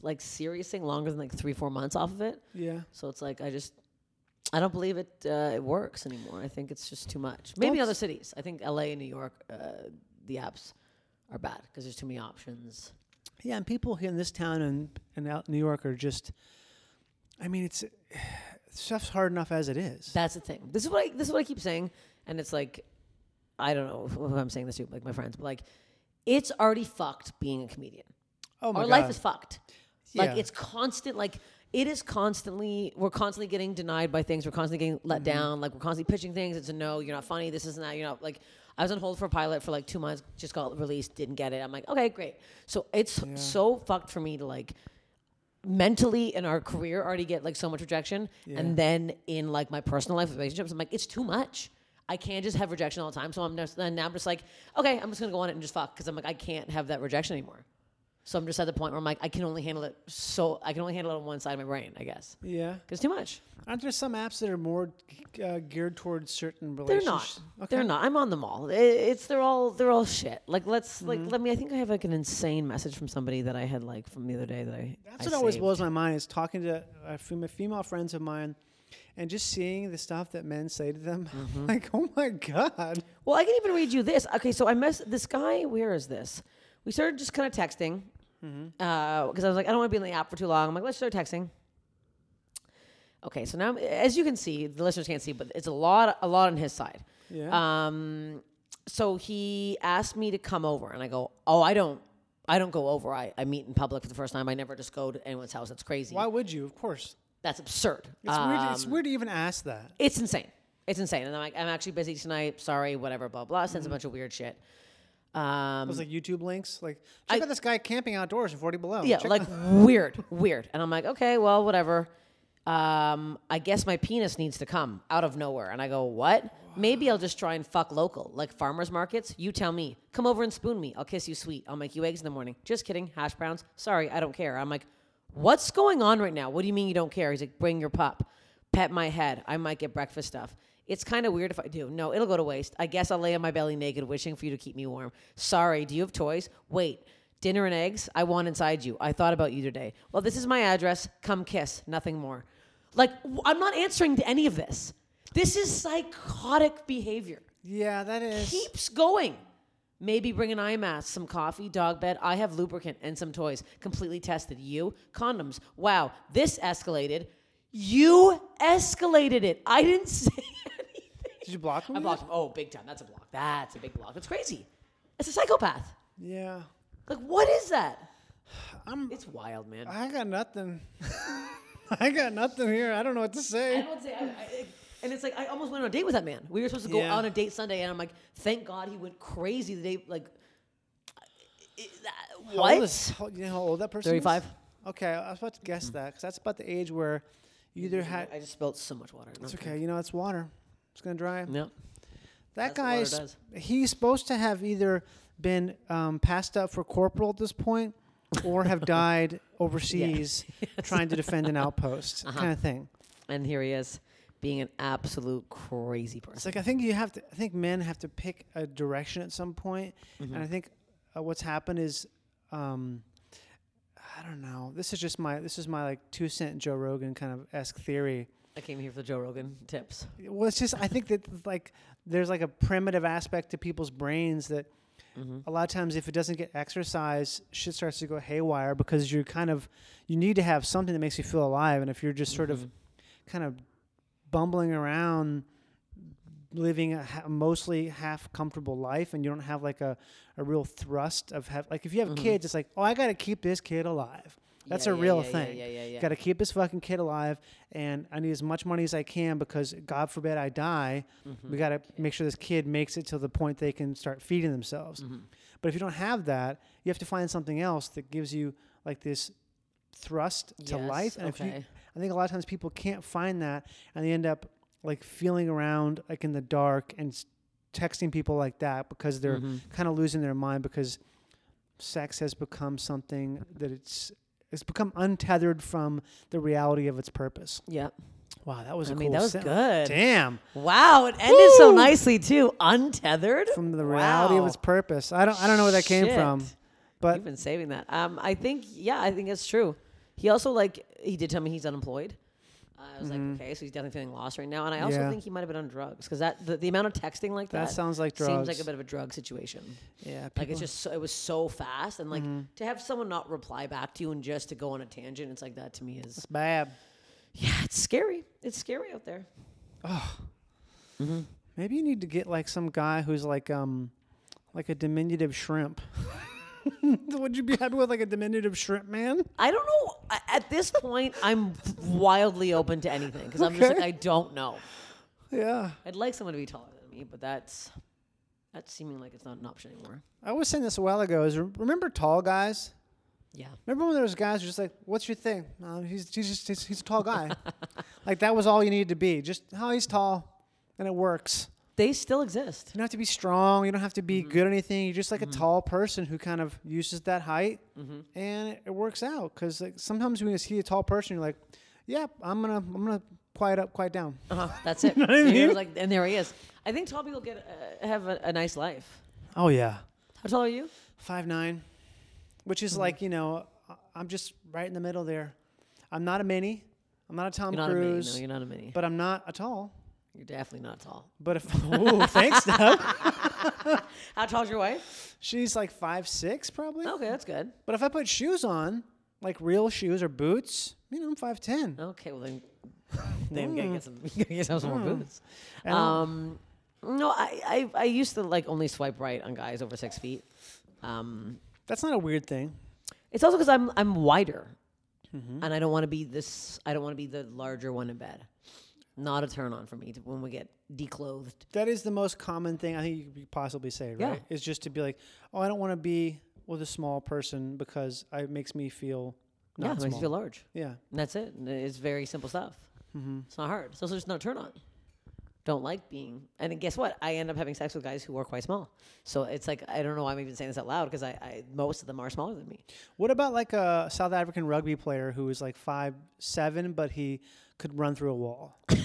like serious thing longer than like three four months off of it.
Yeah.
So it's like I just. I don't believe it. Uh, it works anymore. I think it's just too much. Maybe in
Don't-
other cities. I think L.A. and New York, uh, the apps are bad because there's too many options.
Yeah, and people here in this town and and out in New York are just. I mean, it's [SIGHS] stuff's hard enough as it is.
That's the thing. This is what I, this is what I keep saying, and it's like, I don't know [LAUGHS] if I'm saying this to like my friends, but like, it's already fucked being a comedian.
oh my
Our
god,
life is fucked. Like
Yeah.
it's constant. Like it is constantly. We're constantly getting denied by things. We're constantly getting
Mm-hmm.
let down. Like we're constantly pitching things. It's a no. You're not funny. This isn't that. You're not like. I was on hold for a pilot for like two months. Just got released. Didn't get it. I'm like, okay, great. So it's so fucked for me to like mentally in our career already get like so much rejection and then in like my personal life relationships i'm like it's too much i can't just have rejection all the time so i'm just then now i'm just like okay i'm just gonna go on it and just fuck because i'm like i can't have that rejection anymore so i'm just at the point where i'm like i can only handle it so i can only handle it on one side of my brain i guess
Yeah,
because too much
aren't there some apps that are more uh, geared towards certain
they're
relationships?
not they're not i'm on them all I- it's they're all they're all shit like let's like
Mm-hmm.
let me i think i have like an insane message from somebody that i had like from the other day that i
That's
I
what always
saved.
blows my mind is talking to uh, fem- female friends of mine, and just seeing the stuff that men say to them. [LAUGHS]
Mm-hmm.
like, oh my god.
Well, I can even read you this. Okay, so I mess this guy. Where is this? We started just kind of texting
Mm-hmm.
because I was like, I don't want to be in the app for too long. I'm like, let's start texting. Okay, so now as you can see, the listeners can't see, but it's a lot, a lot on his side.
Yeah.
Um, so he asked me to come over, and I go, oh, I don't. I don't go over. I, I meet in public for the first time. I never just go to anyone's house. That's crazy.
Why would you? Of course.
That's absurd. Uh,
It's weird.
um,
It's weird to even ask that.
It's insane. It's insane. And I'm like, I'm actually busy tonight. Sorry, whatever, blah, blah. Sends a bunch of weird shit. Um,
Those like YouTube links. Like, check out this guy camping outdoors in 40 below.
yeah,
Check
like weird, weird. And I'm like, okay, well, whatever. um, I guess my penis needs to come out of nowhere. And I go, what? Maybe I'll just try and fuck local, like farmers markets. You tell me. Come over and spoon me. I'll kiss you sweet. I'll make you eggs in the morning. Just kidding. Hash browns. Sorry, I don't care. I'm like, what's going on right now? What do you mean you don't care? He's like, bring your pup. Pet my head. I might get breakfast stuff. It's kind of weird if I do. No, it'll go to waste. I guess I'll lay on my belly naked, wishing for you to keep me warm. Sorry, do you have toys? Wait, dinner and eggs? I want inside you. I thought about you today. Well, this is my address. Come kiss. Nothing more. Like, w- I'm not answering to any of this. This is psychotic behavior.
Yeah, that is.
Keeps going. Maybe bring an eye mask, some coffee, dog bed. I have lubricant and some toys. Completely tested. You? Condoms. Wow, this escalated. You escalated it. I didn't [LAUGHS] say anything.
Did you block him?
I
yet?
blocked him. Oh, big time. That's a block. That's a big block. It's crazy. It's a psychopath.
Yeah.
Like, what is that?
[SIGHS] I'm-
It's wild, man.
I got nothing. [LAUGHS] I got nothing here. I don't know what to
I
say.
would say, I, I, and it's like I almost went on a date with that man. We were supposed to go
Yeah.
on a date Sunday, and I'm like, thank God he went crazy the day. Like, I- I- that-
How
what?
old is- how- you know how old that person is? Hmm.
35.
Okay, I was about to guess that because that's about the age where you either had.
I just spilled so much water.
It's okay. You know, it's water. It's gonna dry.
No.
That
That's what water
guy's
does.
he's supposed to have either been um, passed up for corporal at this point, or [LAUGHS] have died overseas trying to defend [LAUGHS] an outpost, kind of thing.
And here he is, being an absolute crazy
It's
person.
like I think you have to. I think men have to pick a direction at some point, and I think uh, what's happened is, um, I don't know. This is just my this is my like two cent Joe Rogan kind of esque theory.
I came here for the Joe Rogan tips.
Well, it's just I think that like there's like a primitive aspect to people's brains that a lot of times if it doesn't get exercise, shit starts to go haywire because you're kind of you need to have something that makes you feel alive, and if you're just sort of kind of bumbling around living a ha- mostly half comfortable life and you don't have like a, a real thrust of have like if you have kids it's like oh i gotta keep this kid alive that's
Mm-hmm. Yeah,
a
yeah,
real
yeah, yeah,
thing
yeah, yeah, yeah.
gotta keep this fucking kid alive and i need as much money as i can because god forbid i die
Mm-hmm.
we gotta make sure this kid makes it to the point they can start feeding themselves
Mm-hmm.
but if you don't have that you have to find something else that gives you like this thrust to
Yes,
life. And if you,
okay.
I think a lot of times people can't find that, and they end up like feeling around like in the dark and s- texting people like that because they're kind of losing their mind because sex has become something that it's it's become untethered from the reality of its purpose.
Yeah.
Wow, that was
I
a
mean,
cool
that was
sen-
good.
Damn,
Wow, it ended so nicely too. Untethered
from the reality
Wow.
of its purpose. I don't I don't know where that came from,
Shit.
but
You've been saving that. Um, I think, yeah, I think it's true. He also like he did tell me he's unemployed. Uh, I was like, okay, so he's definitely feeling lost right now. And I also
Mm-hmm. Yeah.
think he might have been on drugs because that the, the amount of texting like that,
That sounds like
Seems like
drugs.
a bit of a drug situation.
yeah,
Like
people- Mm-hmm.
it's just so, it was so fast and like to have someone not reply back to you and just to go on a tangent, it's like that to me is
it's bad.
yeah, it's scary. It's scary out there.
Maybe you need to get like some guy who's like um like a diminutive shrimp. [LAUGHS] Would you be happy with like a diminutive shrimp man?
I don't know. I- At this point, I'm wildly open to anything because I'm just like
Okay.
I don't know.
Yeah.
I'd like someone to be taller than me, but that's that's seeming like it's not an option anymore.
I was saying this a while ago. Is re- remember tall guys?
Yeah.
Remember when there was guys who just like, "What's your thing?" Um, he's he's just he's, he's a tall guy. like that was all you needed to be. Just how he's tall, and it works.
They still exist.
You don't have to be strong. You don't have to be
Mm-hmm.
good at anything. You're just like a tall person who kind of uses that height,
Mm-hmm.
and it, it works out. Because like sometimes when you see a tall person, you're like, "Yep, I'm gonna, I'm gonna quiet up, quiet down."
Uh-huh.
[LAUGHS]
That's it.
what I
And it was
mean?
like, and there he is. I think tall people get uh, have a, a nice life.
Oh yeah,
How tall are you?
five nine, which
Mm-hmm.
is like you know, I- I'm just right in the middle there. I'm not a mini. I'm not a Tom
You're not a mini.
Cruise,
No, you're not a mini.
but I'm not a tall.
You're definitely not tall.
But if [LAUGHS] ooh, thanks, Deb.
How tall's your wife?
She's like five six probably.
Okay, that's good.
But if I put shoes on, like real shoes or boots, you know, I'm five ten.
Okay, well then, [LAUGHS] then I'm gonna get some, [LAUGHS] gonna get some
Hmm.
more boots. Um, no, I, I I used to like only swipe right on guys over six feet. Um,
That's not a weird thing.
It's also because I'm I'm wider,
Mm-hmm.
and I don't want to be this. I don't want to be the larger one in bed. Not a turn on for me to, when we get declothed.
That is the most common thing I think you could possibly say, right?
Yeah.
Is just to be like, oh, I don't want to be with a small person because I, it makes me feel
yeah, it
not
makes you
small.
feel large.
Yeah.
And that's it. And It's very simple stuff.
Mm-hmm.
It's not hard. So it's just no turn on. Don't like being. And then guess what? I end up having sex with guys who are quite small. So it's like I don't know why I'm even saying this out loud because I, I most of them are smaller than me.
What about like a South African rugby player who is like five seven, but he could run through a wall? you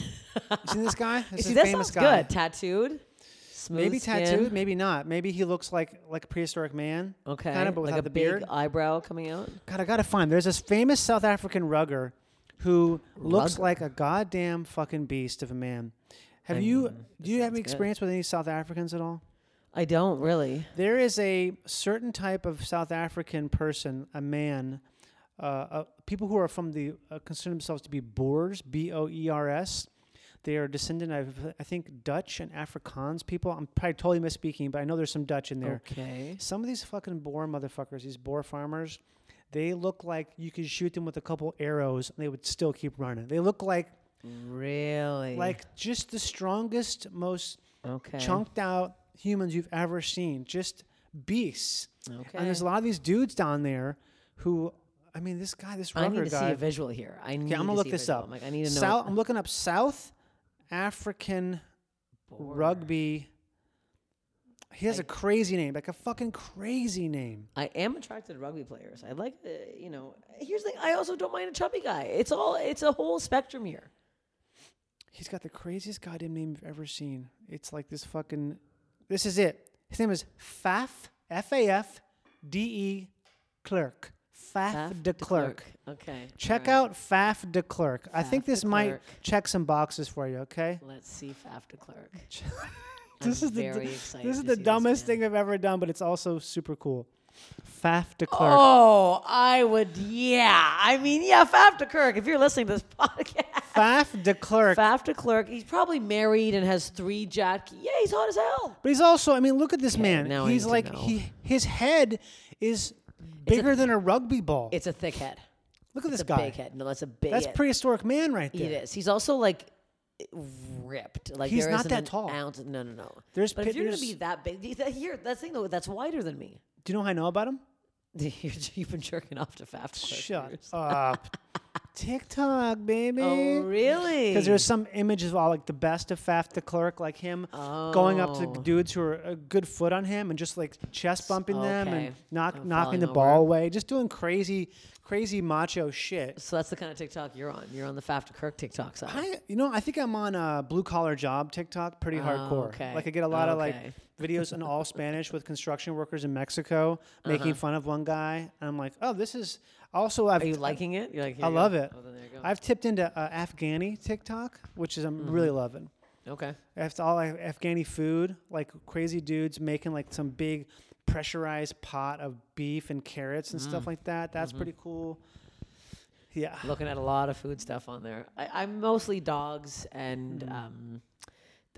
seen this
[LAUGHS]
guy? This
See,
is
that
famous
sounds
guy.
good. Tattooed, smooth,
Maybe
skin.
tattooed, maybe not. Maybe he looks like like a prehistoric man.
Okay,
Kind of, but
like
without
a
the
big
beard.
eyebrow coming out.
God, I gotta find. There's this famous South African rugger who looks
Rugger?
like a goddamn fucking beast of a man. Have you? Do you have any experience with any South Africans at all?
I don't really.
There is a certain type of South African person, a man, uh, uh, people who are from the uh, consider themselves to be Boers, B O E R S. They are descendant of, I think, Dutch and Afrikaans people. I'm probably totally misspeaking, but I know there's some Dutch in there.
Okay.
Some of these fucking boar motherfuckers, these boar farmers, they look like you could shoot them with a couple arrows and they would still keep running. They look like
Really.
like just the strongest, most
okay.
chunked out humans you've ever seen. Just beasts. And there's
Okay.
a lot of these dudes down there who, I mean, this guy, this
I
rugger
need to
guy.
see a visual here. I need.
Okay, I'm
to
gonna look
see a
this
visual.
up.
I'm like, I need to know.
South, I'm looking up South African rugby. He has a crazy name, like a fucking crazy name.
I am attracted to rugby players. I like, the, you know. Here's the thing. I also don't mind a chubby guy. It's all. It's a whole spectrum here.
He's got the craziest goddamn name you've ever seen. It's like this fucking. This is it. His name is Faf F A F D E Clerk. Faf de Clerk.
Okay.
Check
alright.
out Faf de Clerk. I think
Faf de
this might
Klerk.
check some boxes for you. Okay.
Let's see Faf de [LAUGHS] Clerk.
This
I'm
is the
very
this
excited
is
to
the
see this
dumbest
man.
thing I've ever done, but it's also super cool. Faf de Clerk.
Oh, I would. Yeah. I mean, yeah. Faf de Clerk. If you're listening to this [LAUGHS] podcast.
Faf de Clerk.
Faf de Klerk, he's probably married and has three jack. Yeah, he's hot as hell.
But he's also, I mean, look at this man.
now I
he's
need to
like
know.
he his head is bigger than a rugby ball.
It's a thick head.
look at this
It's a
guy.
big head. No, that's a big
That's
head.
prehistoric man right there.
It is. He's also like ripped. Like
He's
there
not
isn't
that
an
tall.
Ounce. No, no, no.
There's
but if you're gonna
pictures-
be that big, [LAUGHS] th- th- here that's the thing though. That's wider than me. [LAUGHS]
Do you know how I know about him?
You're- You've been jerking off to Faf.
Shut
[LAUGHS]
up. TikTok, baby.
Oh
[LAUGHS]
really?
Because there's some images of all like the best of Faf the clerk, like him going up to
Oh.
dudes who are a good foot on him and just like chest bumping them and
okay.
knock,
And
knocking
falling
the ball away, just doing crazy, crazy macho shit.
So that's the kind of TikTok you're on. You're on the Faf to Kirk TikTok side.
I, you know, I think I'm on a blue collar job TikTok, pretty hardcore.
Oh, okay.
Like I get a lot
Okay. [LAUGHS]
of like videos in all Spanish with construction workers in Mexico
Uh-huh.
making fun of one guy, and I'm like, oh, this is. Also, I've
Are Oh, you liking it? You're like, here
I
you
love
go.
it.
Oh, then there you go.
I've tipped into uh, Afghani TikTok, which is I'm
Mm-hmm.
really loving.
okay.
It's all Af- Afghani food, like crazy dudes making like some big pressurized pot of beef and carrots and
Mm-hmm.
stuff like that. That's pretty cool. Yeah.
looking at a lot of food stuff on there. I, I'm mostly dogs, and
Hmm.
um,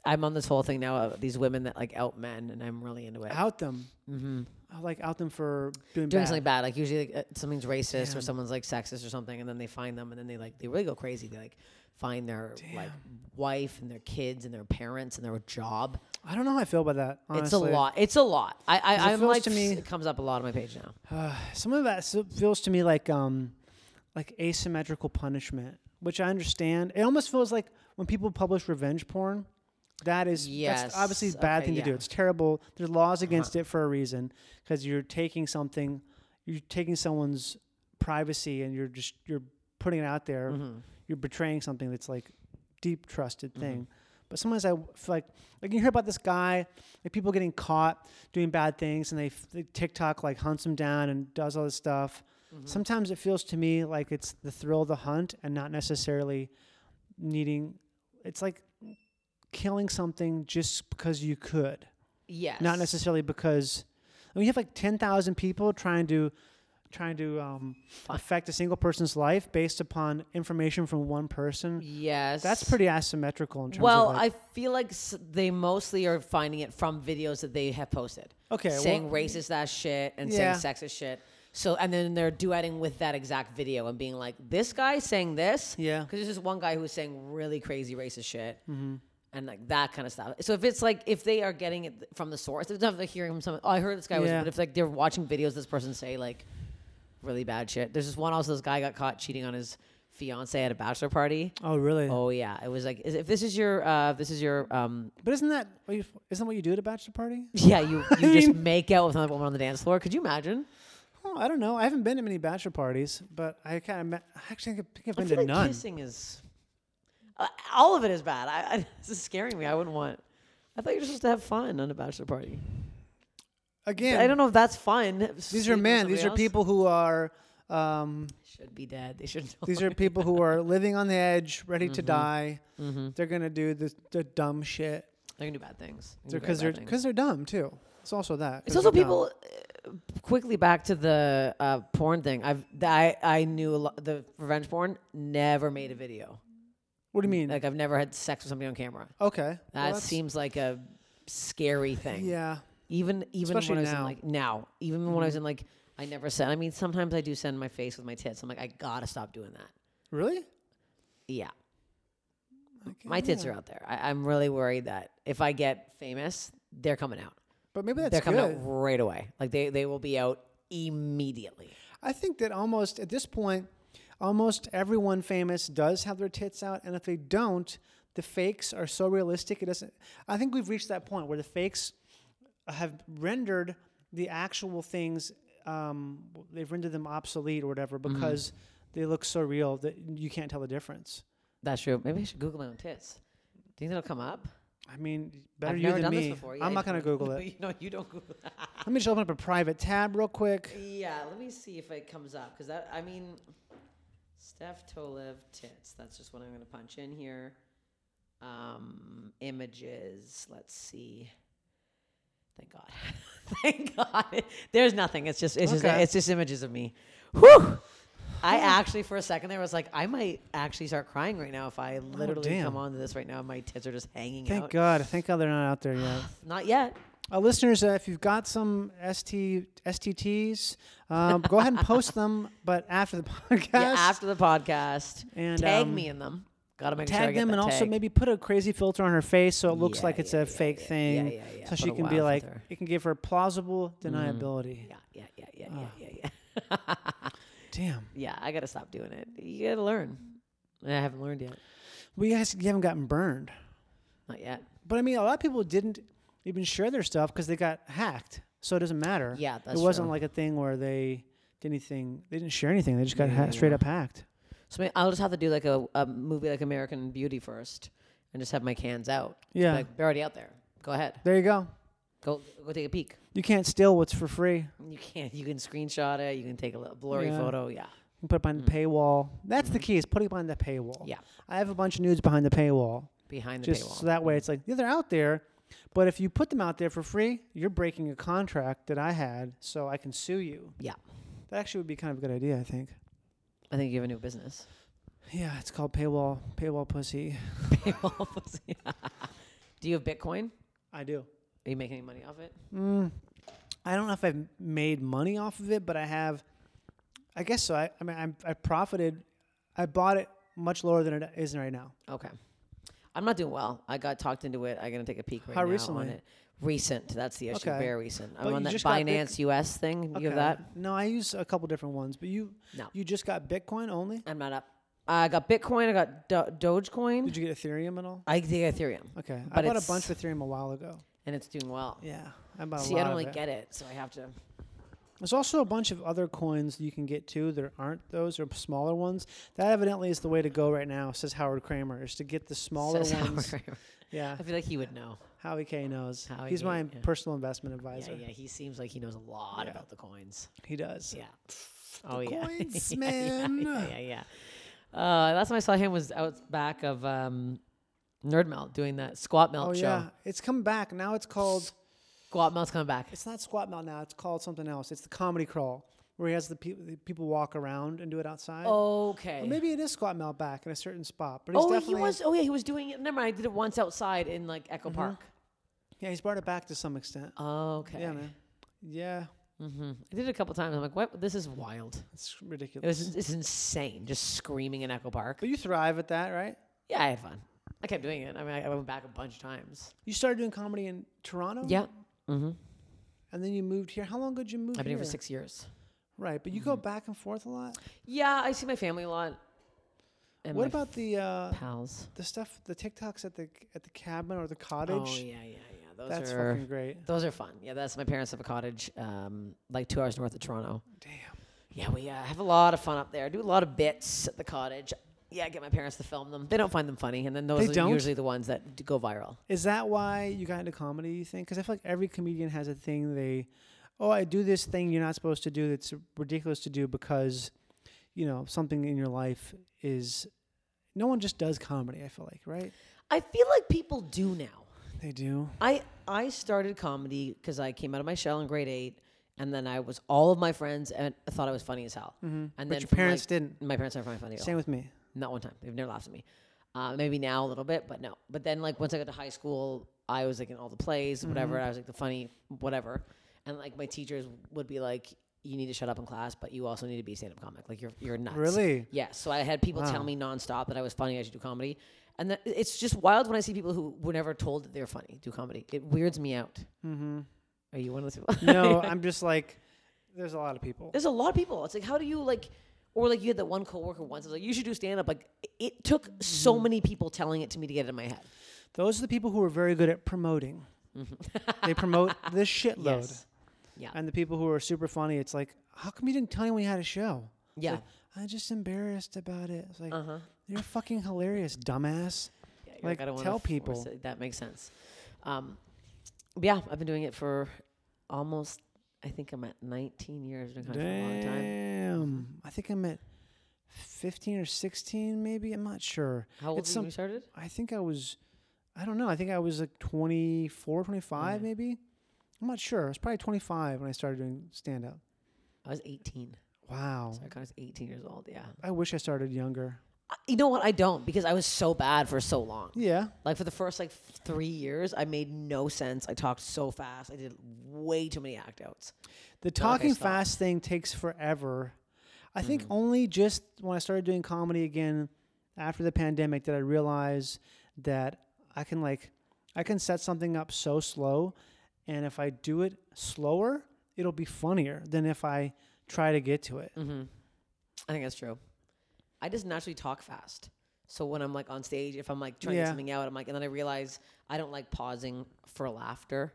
I'm on this whole thing now of these women that like out men, and I'm really into it.
Out them. Mm-hmm. I like out them for doing,
Doing
bad.
something bad, like usually like, uh, something's racist or someone's like sexist or something, and then they find them, and then they like they really go crazy. They like find their like wife and their kids and their parents and their job.
I don't know how I feel about that. Honestly.
It's a lot. It's a lot. I, I
it
I'm
feels
like
to me-
it comes up a lot on my page now.
Some of that s- feels to me like um, like asymmetrical punishment, which I understand. It almost feels like when people publish revenge porn. That is
Yes.
that's obviously a bad
Okay,
thing to do.
yeah. Uh-huh.
It's terrible. There's laws against it for a reason because you're taking something, you're taking someone's privacy and you're just you're putting it out there.
Mm-hmm.
You're betraying something that's like deep trusted thing. But sometimes I w- feel like like you hear about this guy, like people getting caught doing bad things and they, f- they TikTok like hunts him down and does all this stuff.
Mm-hmm.
Sometimes it feels to me like it's the thrill of the hunt and not necessarily needing it's like killing something just because you could,
Yes.
not necessarily because. I mean, you have like ten thousand people trying to trying to um, affect a single person's life based upon information from one person.
Yes.
That's pretty asymmetrical in terms
Well,
of. Like,
I feel like s- they mostly are finding it from videos that they have posted.
Okay,
Saying
well-
racist ass shit and
Yeah.
saying sexist shit. So and then they're duetting with that exact video and being like, this guy saying this.
Yeah. Mm-hmm.
Because there's this one guy who was saying really crazy racist shit. And like that kind of stuff. So if it's like if they are getting it from the source, it's not like hearing from someone. Oh, I heard this guy was.
Yeah.
But if like they're watching videos, this person say like really bad shit. There's this one also this guy got caught cheating on his fiance at a bachelor party.
Oh, really?
Oh yeah, it was like is- if this is your uh, if this is your
[LAUGHS]
um,
But isn't that what you- isn't what you do at a bachelor party?
yeah you you just make out with another woman on the dance floor. Could you imagine?
Oh, I don't know. I haven't been to many bachelor parties, but I kind of met, I actually think I think I've
I
been
feel
to
like
none.
kissing is uh, all of it is bad. I, [LAUGHS] I this is scaring me. I wouldn't want. I thought you were supposed to have fun on a bachelor party.
Again,
I don't know if that's fun.
These
sleeping
are
with
men. These
somebody
are
else.
people who are. Um,
Should be dead. They should. Know.
these are people who are living on the edge, ready
Mm-hmm.
to die. They're gonna do the, the dumb shit
They're gonna do bad things. They're gonna do
because they're
very bad things.
because they're dumb too. It's also that.
It's
'cause
also
they're dumb.
people. uh, Quickly back to the uh, porn thing. I've th- I I knew a lot, the revenge porn. Never made a video.
What do you mean?
Like I've never had sex with somebody on camera.
okay. well,
That
that's-
seems like a scary thing.
Yeah.
Even even
Especially
when I was in
now.
like now, even when I was in like, I never said. I mean, sometimes I do send my face with my tits. I'm like, I gotta stop doing that.
Really?
Yeah. My tits are out there. I, I'm really worried that if I get famous, they're coming out.
But maybe that's
they're coming
good.
out right away. Like they they will be out immediately.
I think that almost at this point, almost everyone famous does have their tits out, and if they don't, the fakes are so realistic it doesn't. I think we've reached that point where the fakes have rendered the actual things um, they've rendered them obsolete or whatever
Mm-hmm.
because they look so real that you can't tell the difference.
That's true. Maybe I should Google my own tits. Do you think that'll come up?
I mean, better
I've
you
never
than
done
me.
this before.
I'm
Yeah,
not gonna
[LAUGHS] you-
Google it.
no, you don't Google that.
Let me just open up a private tab real quick.
Yeah, let me see if it comes up because that I mean, Steph Tolev tits. That's just what I'm gonna punch in here. Um, images. Let's see. Thank God. [LAUGHS] Thank God. There's nothing. It's just it's just
Okay.
it's just images of me. Whew. I actually for a second there was like I might actually start crying right now if I literally
Oh, damn.
come onto this right now and my tits are just hanging
Thank
out.
God. Thank God they're not out there yet.
Not yet.
Uh, listeners, uh, if you've got some ST, STTs, um, go ahead and post them, but after the [LAUGHS] podcast,
Yeah, after the podcast.
And,
tag
um,
me in them. Gotta make sure I
tag
get
them
that
and also
tag.
maybe put a crazy filter on her face so it looks
Yeah,
like it's
yeah,
a
yeah,
fake
yeah,
thing.
yeah, yeah, yeah.
So she
Put a
can be
wild
like,
filter. Mm-hmm.
it can give her plausible deniability.
Yeah, yeah, yeah, yeah,
Oh.
yeah, yeah, yeah.
Damn.
Yeah, I gotta stop doing it. You gotta learn. And I haven't learned yet.
Well, you guys you haven't gotten burned.
Not yet.
But I mean, a lot of people didn't even share their stuff because they got hacked. So it doesn't matter.
Yeah, that's
It wasn't
true.
like a thing where they did anything, they didn't share anything. They just got ha- straight up hacked.
So may- I'll just have to do like a, a movie like American Beauty first, and just have my cans out. Just be
Yeah.
like, they're already out there. Go ahead.
There you go.
Go go take a peek.
You can't steal what's for free.
You can you can screenshot it. You can take a little blurry
Yeah.
photo. Yeah.
and put it behind the paywall. That's the key is putting it behind the paywall.
Mm. Mm-hmm. Yeah.
I have a bunch of nudes behind the paywall.
Behind the
just
paywall.
so that way it's like, yeah, they're out there. But if you put them out there for free, you're breaking a contract that I had, so I can sue you.
yeah.
That actually would be kind of a good idea, I think.
I think you have a new business. [LAUGHS]
Yeah, it's called paywall paywall pussy.
Paywall [LAUGHS] pussy. do you have Bitcoin?
I do. Mm,
Are you making any money off it?
I don't know if I've made money off of it, but I have. I guess so. I, I mean, I'm, I profited. I bought it much lower than it is right now.
Okay. I'm not doing well. I got talked into it. I'm gonna take a peek right
How
now on
recently?
it. Recent. That's the issue.
Okay.
Very recent. I'm
But
on
you
that
just got Bitc-
Binance US thing. You have that?
No, I use a couple different ones, but you
No.
you just got Bitcoin only.
I'm not up. I got Bitcoin. I got Do- Dogecoin.
Did you get Ethereum at all?
I did Ethereum.
Okay,
But
I bought a
it's-
bunch of Ethereum a while ago.
and it's doing well.
Yeah, I bought a
See,
lot
I don't
of
really
it.
get it, so I have to.
There's also a bunch of other coins you can get too that aren't those or smaller ones. That evidently is the way to go right now, says Howard Kramer, is to get the smaller
Says [LAUGHS] Howard
ones.
Kramer.
Yeah,
I feel like he would know.
Howie K knows.
Howie
He's
K,
my
yeah.
personal investment
Yeah,
advisor.
yeah. He seems like he knows a lot about the coins.
He does.
Yeah. oh yeah. [LAUGHS]
coins,
Yeah,
man.
Yeah, yeah, yeah. yeah. Uh, last time I saw him was out back of um, Nerd Melt doing that squat melt
Oh
show.
yeah, it's come back now. It's called.
Squat melt's coming back.
It's not squat mount now. It's called something else. It's the comedy crawl where he has the, pe- the people walk around and do it outside.
Okay.
Or maybe it is squat mount back in a certain spot, but it's
oh, he
definitely Mm-hmm.
was. Oh yeah, he was doing it. Never mind. I did it once outside in like Echo Park.
yeah he's brought it back to some extent.
Oh, Okay.
Yeah, man. Yeah,
I did it a couple times. I'm like, what? This is wild.
it's
It
ridiculous.
was it's insane. Just screaming in Echo Park.
But you thrive at that, right?
Yeah, I had fun. I kept doing it. I mean, I, I went back a bunch of times.
You started doing comedy in Toronto.
Yeah,
And then you moved here. How long did you move?
I've been here for
here?
six Mm-hmm. years.
Right, but you go back and forth a lot.
Yeah, I see my family a lot. And
what
my
about the uh,
pals?
the stuff, the TikToks at the at the cabin or the
Oh
cottage?
yeah, yeah, yeah. Those
That's
are
fucking great.
those are fun. Yeah, that's my parents have a cottage, um, like two hours north of Toronto.
Damn.
Yeah, we uh, have a lot of fun up there. Do a lot of bits at the cottage. Yeah, I get my parents to film them. They don't find them funny, and then those
They
are
don't?
usually the ones that d- go viral.
Is that why you got into comedy? You think? Because I feel like every comedian has a thing they, oh, I do this thing you're not supposed to do that's ridiculous to do because, you know, something in your life is. No one just does comedy. I feel like, right?
I feel like people do now.
They do.
I I started comedy because I came out of my shell in grade eight, and then I was all of my friends and I thought I was funny as hell. And then
Mm-hmm. your
from, like-
parents didn't.
My parents never found me funny. At all.
Same with me.
Not one time. They've never laughed at me. Uh, maybe now a little bit, but no. But then like once I got to high school, I was like in all the plays, whatever. I was like the funny, whatever. And like my teachers would be like, "You need to shut up in class, but you also need to be a stand-up comic. Like you're you're nuts."
Really?
Yeah. So I had people tell me nonstop that I was funny. I should do comedy. And that, it's just wild when I see people who were never told that they're funny do comedy. It weirds me out. Mm-hmm. Are you one of those
[LAUGHS]
people?
No, I'm just like, there's a lot of people.
There's a lot of people. It's like, how do you like, or like you had that one coworker once. I was like, you should do stand up. Like, it- it took so
Mm-hmm.
many people telling it to me to get it in my head.
Those are the people who are very good at promoting. they promote the shitload.
Yes. Yeah.
And the people who are super funny, it's like, how come you didn't tell anyone you had a show? It's
Yeah.
like, I'm just embarrassed about it. It's like,
Uh-huh.
you're fucking hilarious, dumbass.
Yeah, you're
like,
I don't wanna
tell
force
people.
it. That makes sense. Um, but yeah, I've been doing it for almost. I think I'm at 19 years. I've been doing comedy for a long time.
Damn. I think I'm at 15 or 16, maybe. I'm not sure.
How old
It's
were you
some-
when you started?
I think I was, I don't know. I think I was like 24, 25, maybe. I'm not sure. I was probably 25 when I started doing stand up.
I was 18.
Wow.
Like I was 18 years old. Yeah.
I wish I started younger.
I- You know what? I don't because I was so bad for so long.
Yeah.
Like for the first like f- three years, I made no sense. I talked so fast. I did way too many act outs.
The talking
stop.
fast thing takes forever. I think only just when I started doing comedy again after the pandemic did I realize that I can like I can set something up so slow and if I do it slower, it'll be funnier than if I try to get to it.
I think that's true. I just naturally talk fast. So when I'm like on stage, if I'm like trying to
Yeah.
get something out, I'm like, and then I realize I don't like pausing for laughter.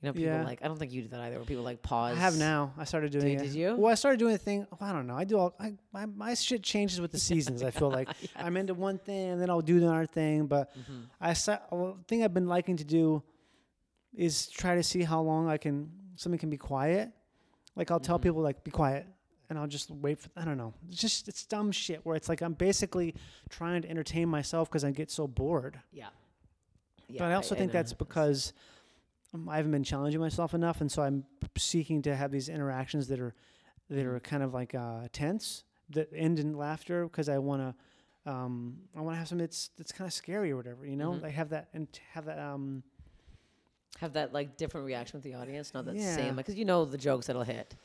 You know, people
Yeah.
like I don't think you do that either. Where people like pause.
I have now. I started doing
Did-
it.
did you?
Well, I started doing a thing. oh, I don't know. I do all. I, my my shit changes
[LAUGHS]
with the seasons. I feel like I'm into one thing and then I'll do another thing. But
Mm-hmm.
I sa- well, the thing I've been liking to do is try to see how long I can something can be quiet. Like I'll
Mm-hmm.
tell people like be quiet, and I'll just wait for. I don't know. It's just it's dumb shit where it's like I'm basically trying to entertain myself because I get so bored.
Yeah. yeah
But I also think
know.
that's because um, I haven't been challenging myself enough, and so I'm seeking to have these interactions that are that
Mm-hmm.
are kind of like uh, tense that end in laughter because I want to um, I want to have something that's that's kind of scary or whatever, you know.
Mm-hmm.
Like have that and t- have that. Um,
have that like different reaction with the audience, not that
Yeah. Mm-hmm.
same, because you know the jokes that'll hit.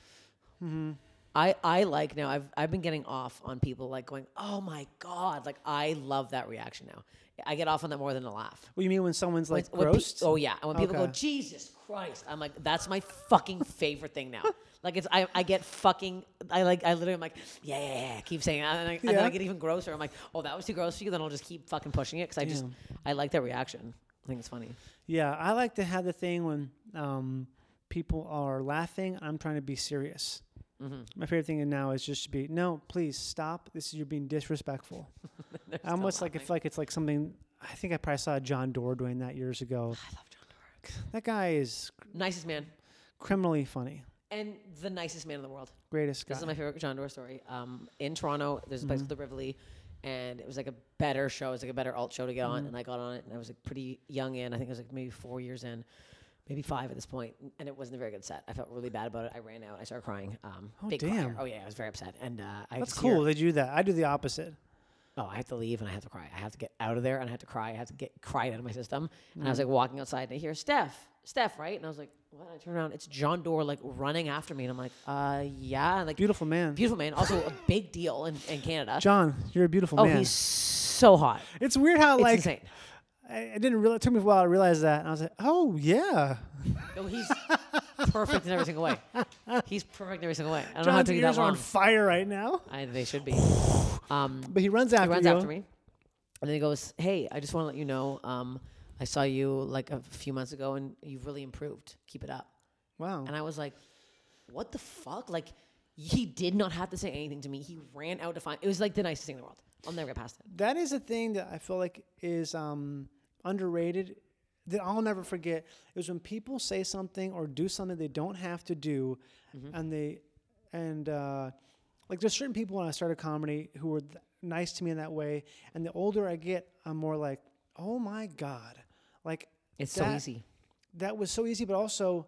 I I like now. I've I've been getting off on people like going, oh my god, like I love that reaction now. I get off on that more than a laugh.
what do you mean when someone's like
When- when pe-
grossed?
oh yeah, and when people go,
Okay.
Jesus Christ, I'm like, that's my fucking favorite thing now. [LAUGHS] Like it's I, I get fucking I like I literally am like yeah yeah yeah keep saying it. and, I, and then
Yeah.
I get even grosser I'm like oh that was too gross for you then I'll just keep fucking pushing it because I just I like that reaction I think it's funny
Yeah, I like to have the thing when um, people are laughing. I'm trying to be serious.
Mm-hmm.
My favorite thing now is just to be no, please stop. This is you're being
[LAUGHS]
disrespectful. I almost like it's like it's like something. I think I probably saw John Doerr doing that years ago.
I love John Doerr
That guy is cr-
nicest man
criminally funny.
and the nicest man in the world.
Greatest guy. Mm-hmm.
This is my favorite John Doerr story. Um, in Toronto, there's a place called the Rivoli, and it was like a better show. It was like a better alt show to get
Mm-hmm.
on, and I got on it, and I was like pretty young in. I think I was like maybe four years in, maybe five at this point, and it wasn't a very good set. I felt really bad about it. I ran out. I started crying. Um,
Oh,
big
damn.
Crier. Oh yeah, I was very upset, and uh, I
That's
was here.
cool. They do that. I do the opposite.
oh, I have to leave and I have to cry. I have to get out of there and I have to cry. I have to get cried out of my system. And I was
Mm-hmm.
like walking outside and I hear Steph, Steph, right? And I was like, what? I turn around, it's John Doerr like running after me, and I'm like, uh, yeah, and, like
Beautiful man.
beautiful man, also a big deal in, in Canada.
John, you're a beautiful
oh,
man.
he's so hot.
it's weird how
It's
like
insane.
I, I didn't really. It took me a while to realize that, and I was like, oh yeah.
No, he's perfect in every single way. He's perfect in every single way. I don't know how
John's
it took you that
ears are on
long.
fire right now.
I, they should
[SIGHS]
be. Um,
But he runs after
he runs
you.
after me, and then he goes, "Hey, I just want to let you know, um, I saw you like a few months ago, and you've really improved. Keep it up."
Wow.
And I was like, "What the fuck?" Like, he did not have to say anything to me. He ran out to find. It was like the nicest thing in the world. I'll never get past it.
that is a thing that I feel like is um, underrated that I'll never forget is when people say something or do something they don't have to do,
Mm-hmm.
and they and uh, like there's certain people when I started comedy who were th- nice to me in that way, and the older I get, I'm more like, oh my god, like
It's so
that-
easy.
That was so easy, but also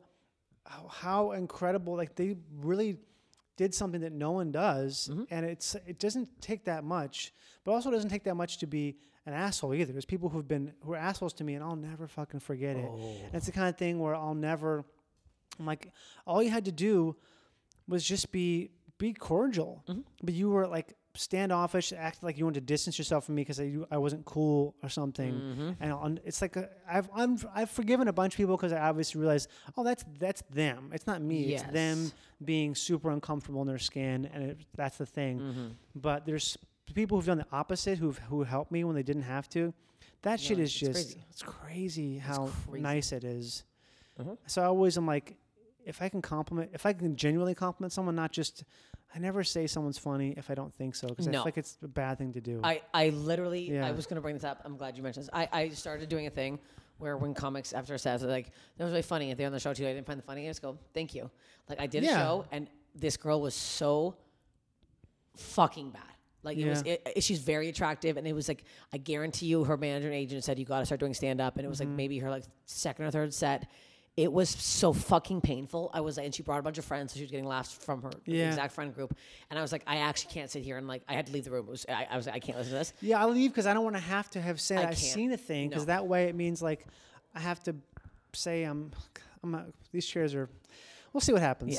how, how incredible! Like they really did something that no one does, and it's it doesn't take that much, but also doesn't take that much to be an asshole either. There's people who've been who are assholes to me, and I'll never fucking forget it. And it's the kind of thing where I'll never. I'm like, all you had to do was just be be cordial, but you were like standoffish, acted like you wanted to distance yourself from me because I you- I wasn't cool or something. And on, it's like a, I've I'm, I've forgiven a bunch of people because I obviously realized, oh, that's that's them. It's not me. It's them
Yes.
being super uncomfortable in their skin, and it, that's the thing. But there's people who've done the opposite who've who helped me when they didn't have to. That shit is
it's
just
crazy.
it's crazy how
crazy. Mm-hmm.
nice it is. So I always am like, if I can compliment, if I can genuinely compliment someone, not just, I never say someone's funny if I don't think so, because I
No.
feel like it's a bad thing to do.
I, I literally
Yeah.
I was gonna bring this up. I'm glad you mentioned this. I, I started doing a thing where when comics after a set they're like that was really funny. If they're on the show too, I didn't find the funny. I just go thank you. Like I did
Yeah.
a show and this girl was so fucking bad. Like it was,
Yeah.
it, it- she's very attractive, and it was like I guarantee you, her manager and agent said you got to start doing stand up, and it was
Mm-hmm.
like maybe her like second or third set. It was so fucking painful. I was like, and she brought a bunch of friends, so she was getting laughs from her
Yeah.
exact friend group, and I was like, I actually can't sit here, and like I had to leave the room. It was, I, I was like, I can't listen to this.
yeah, I'll leave because I don't want to have to have said
I
I have
can't.
seen a thing, because
No.
that way it means like I have to say I'm, I'm not, these chairs are, we'll see what happens.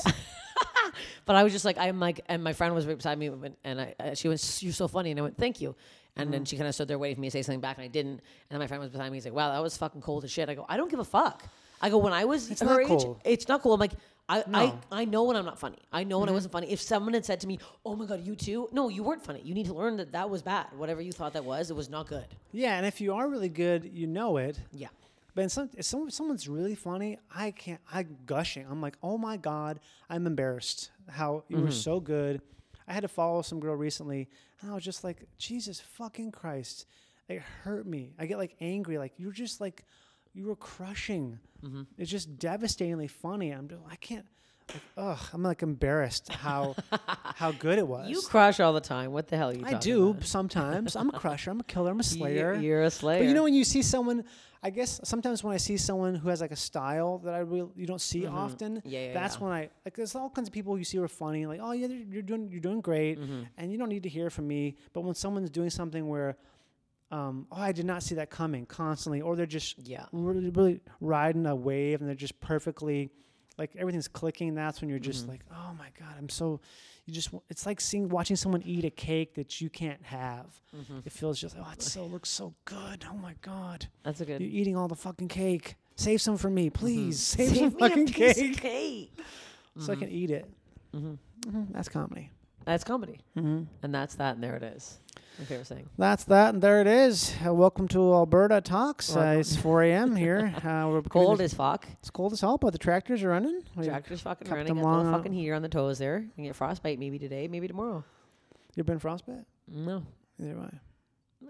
But I was just like, I'm like, and my friend was right beside me, and- and I, uh, she was, you're so funny, and I went, thank you. And then she kind of stood there waiting for me to say something back, and I didn't. And then my friend was behind me. He's like, wow, that was fucking cold as shit. I go, I don't give a fuck. I go, when I was
It's
her
not
age,
cool.
it's not cool. I'm like, I,
No.
I, I know when I'm not funny. I know when I wasn't funny. If someone had said to me, oh my God, you too, no, you weren't funny. You need to learn that that was bad. Whatever you thought that was, it was not good.
Yeah, and if you are really good, you know it.
Yeah.
But in some, if some, someone's really funny, I can't. I'm gushing. I'm like, oh my god, I'm embarrassed. How you were
Mm-hmm.
so good. I had to follow some girl recently, and I was just like, Jesus fucking Christ, it hurt me. I get like angry. Like you're just like, you were crushing.
Mm-hmm.
It's just devastatingly funny. I'm just, I can't. Like, ugh, I'm like embarrassed
[LAUGHS]
how how good it was.
You crush all the time. What the hell are you
I do sometimes. I'm a crusher. I'm a killer. I'm
[LAUGHS]
a slayer.
you're a
But you
slayer.
know when you see someone, I guess sometimes when I see someone who has like a style that I really you don't see often.
Mm-hmm. Yeah, yeah,
That's
yeah.
when I like. There's all kinds of people you see who are funny. Like, oh yeah, they're- you're doing you're doing great,
Mm-hmm.
and you don't need to hear from me. But when someone's doing something where um, oh, I did not see that coming constantly, or they're just
Yeah.
really, really riding a wave and they're just perfectly like everything's clicking. That's when you're just
Mm-hmm.
like, oh my God, I'm so, you just, w- it's like seeing, watching someone eat a cake that you can't have.
Mm-hmm.
It feels just, oh, it so, looks so good. Oh my God.
That's a good.
You're eating all the fucking cake. Save some for me,
[LAUGHS]
please. Save,
Give
some
me a
fucking
piece
cake
of cake. Mm-hmm.
so I can eat it. Mhm, That's comedy.
That's comedy. And that's that, and there it is. My favorite saying.
That's that, and there it is. Uh, welcome to Alberta Talks. Uh,
Welcome.
it's 4 a.m. here. Uh,
[LAUGHS]
we're
Cold as fuck.
It's cold as hell, but the tractors are running. We-
Tractor's fucking
kept
running.
them
Got a
long
little
on-
fucking heater on the toes there. You can get frostbite maybe today, maybe tomorrow.
You've been frostbite?
No.
Neither have I.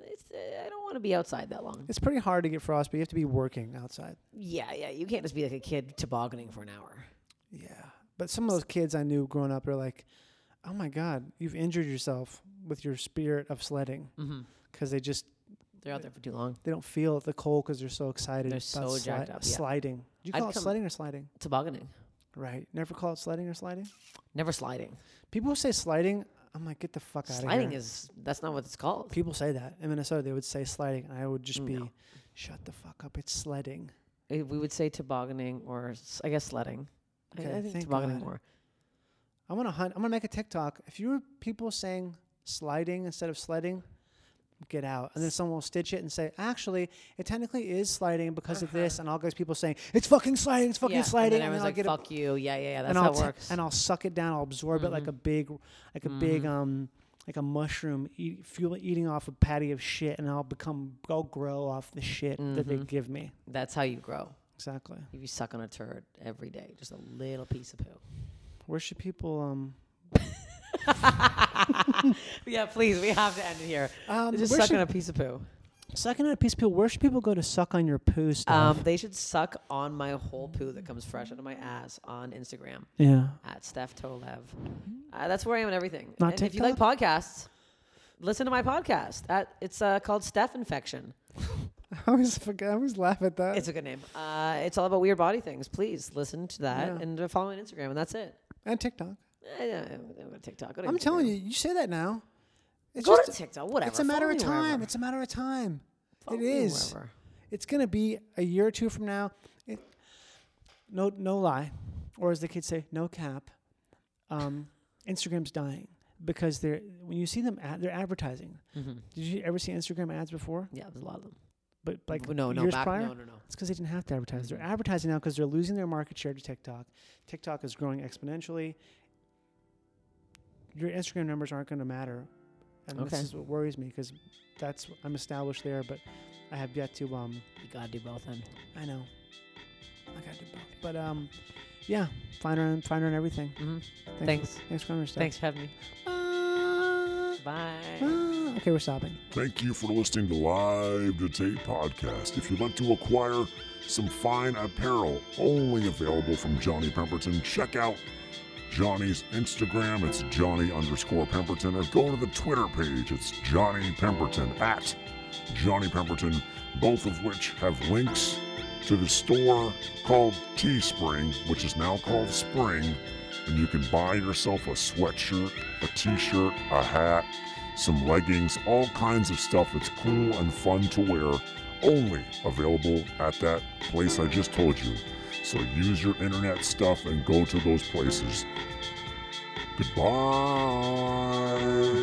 It's, uh, I don't want to be outside that long.
It's pretty hard to get frostbite. You have to be working outside.
Yeah, yeah. You can't just be like a kid tobogganing for an hour.
Yeah. But some of those kids I knew growing up are like, oh my God, you've injured yourself with your spirit of sledding
Mm-hmm.
because they just
They're out there for too long.
they don't feel the cold because they're so excited.
They're
about
so jacked up, yeah.
Sliding. Do you
I'd
call it
come-
sledding or sliding?
Tobogganing.
Right. Never call it sledding or sliding?
Never sliding.
People who say sliding, I'm like, get the fuck out of here.
Sliding is, that's not what it's called.
People say that in Minnesota. They would say sliding, and I would just be,
No.
shut the fuck up. It's sledding.
Uh, We would say tobogganing or s- I guess sledding. I-
Okay,
I, think
thank
tobogganing
God.
more.
I'm gonna hunt. I'm gonna make a TikTok. If you were people saying sliding instead of sledding, get out. And then someone will stitch it and say, actually, it technically is sliding because of this. And all those people saying, it's fucking sliding, it's fucking
Uh-huh. yeah.
sliding.
And then
I'll
I was
get a-
like, "Fuck you." Yeah, yeah, yeah. That's
and
how
I'll
it
t-
works. Mm-hmm.
and I'll suck it down. I'll absorb it like a big, like a big, um, like a mushroom, eat, fuel, eating off a patty of shit, and I'll become, I'll grow off the shit that
Mm-hmm.
they give me.
That's how you grow.
Exactly.
If you suck on a turd every day, just a little piece of poo.
Where should people? Um,
[LAUGHS] Yeah, please. We have to end it here.
Um,
just
where
suck
should-
on a piece of poo.
sucking on a piece of poo. Where should people go to suck on your poo stuff?
Um, they should suck on my whole poo that comes fresh out of my ass on Instagram
yeah.
at Steph Tolev. Uh, that's where I am on everything.
Mm-hmm. Not
and if you like podcasts, listen to my podcast. At, it's uh, called Steph Infection.
[LAUGHS] I always forget. I always laugh at that.
It's a good name. Uh, it's all about weird body things. Please listen to that
Yeah.
and uh, follow me on Instagram, and that's it.
and TikTok.
Eh, yeah, yeah, yeah, TikTok. Go to
I'm telling
Instagram.
you, you say that now. It's
Go to
just-
TikTok. Whatever.
It's a matter
Follow
of
me
time.
wherever.
It's a matter of time.
Follow
it
me
is.
wherever.
It's gonna be a year or two from now. It, no, no lie, or as the kids say, no cap. Um, Instagram's dying because they're when you see them ad, they're advertising. Did you ever see Instagram ads before?
Mm-hmm. Yeah, there's a lot of them.
But like
no, no,
years
back,
prior.
no, no, no.
It's because they didn't have to advertise. They're advertising now because they're losing their market share to TikTok. TikTok is growing exponentially. Your Instagram numbers aren't going to matter, and
Okay.
this is what worries me because that's I'm established there, but I have yet to. Um,
You gotta do both then.
I know, I got to, but um, yeah, find her and find her and everything.
hmm
Thanks,
Thanks.
thanks for coming. Steph.
Thanks for having me.
Ah,
Bye.
ah. okay, we're stopping.
Thank you for listening to Live to Tape Podcast. If you'd like to acquire some fine apparel only available from Johnny Pemberton, check out Johnny's Instagram. It's Johnny underscore Pemberton. Or go to the Twitter page. It's Johnny Pemberton at Johnny Pemberton, both of which have links to the store called Teespring, which is now called Spring. And you can buy yourself a sweatshirt, a t shirt, a hat, some leggings, all kinds of stuff that's cool and fun to wear. Only available at that place I just told you. So use your internet stuff and go to those places. Goodbye.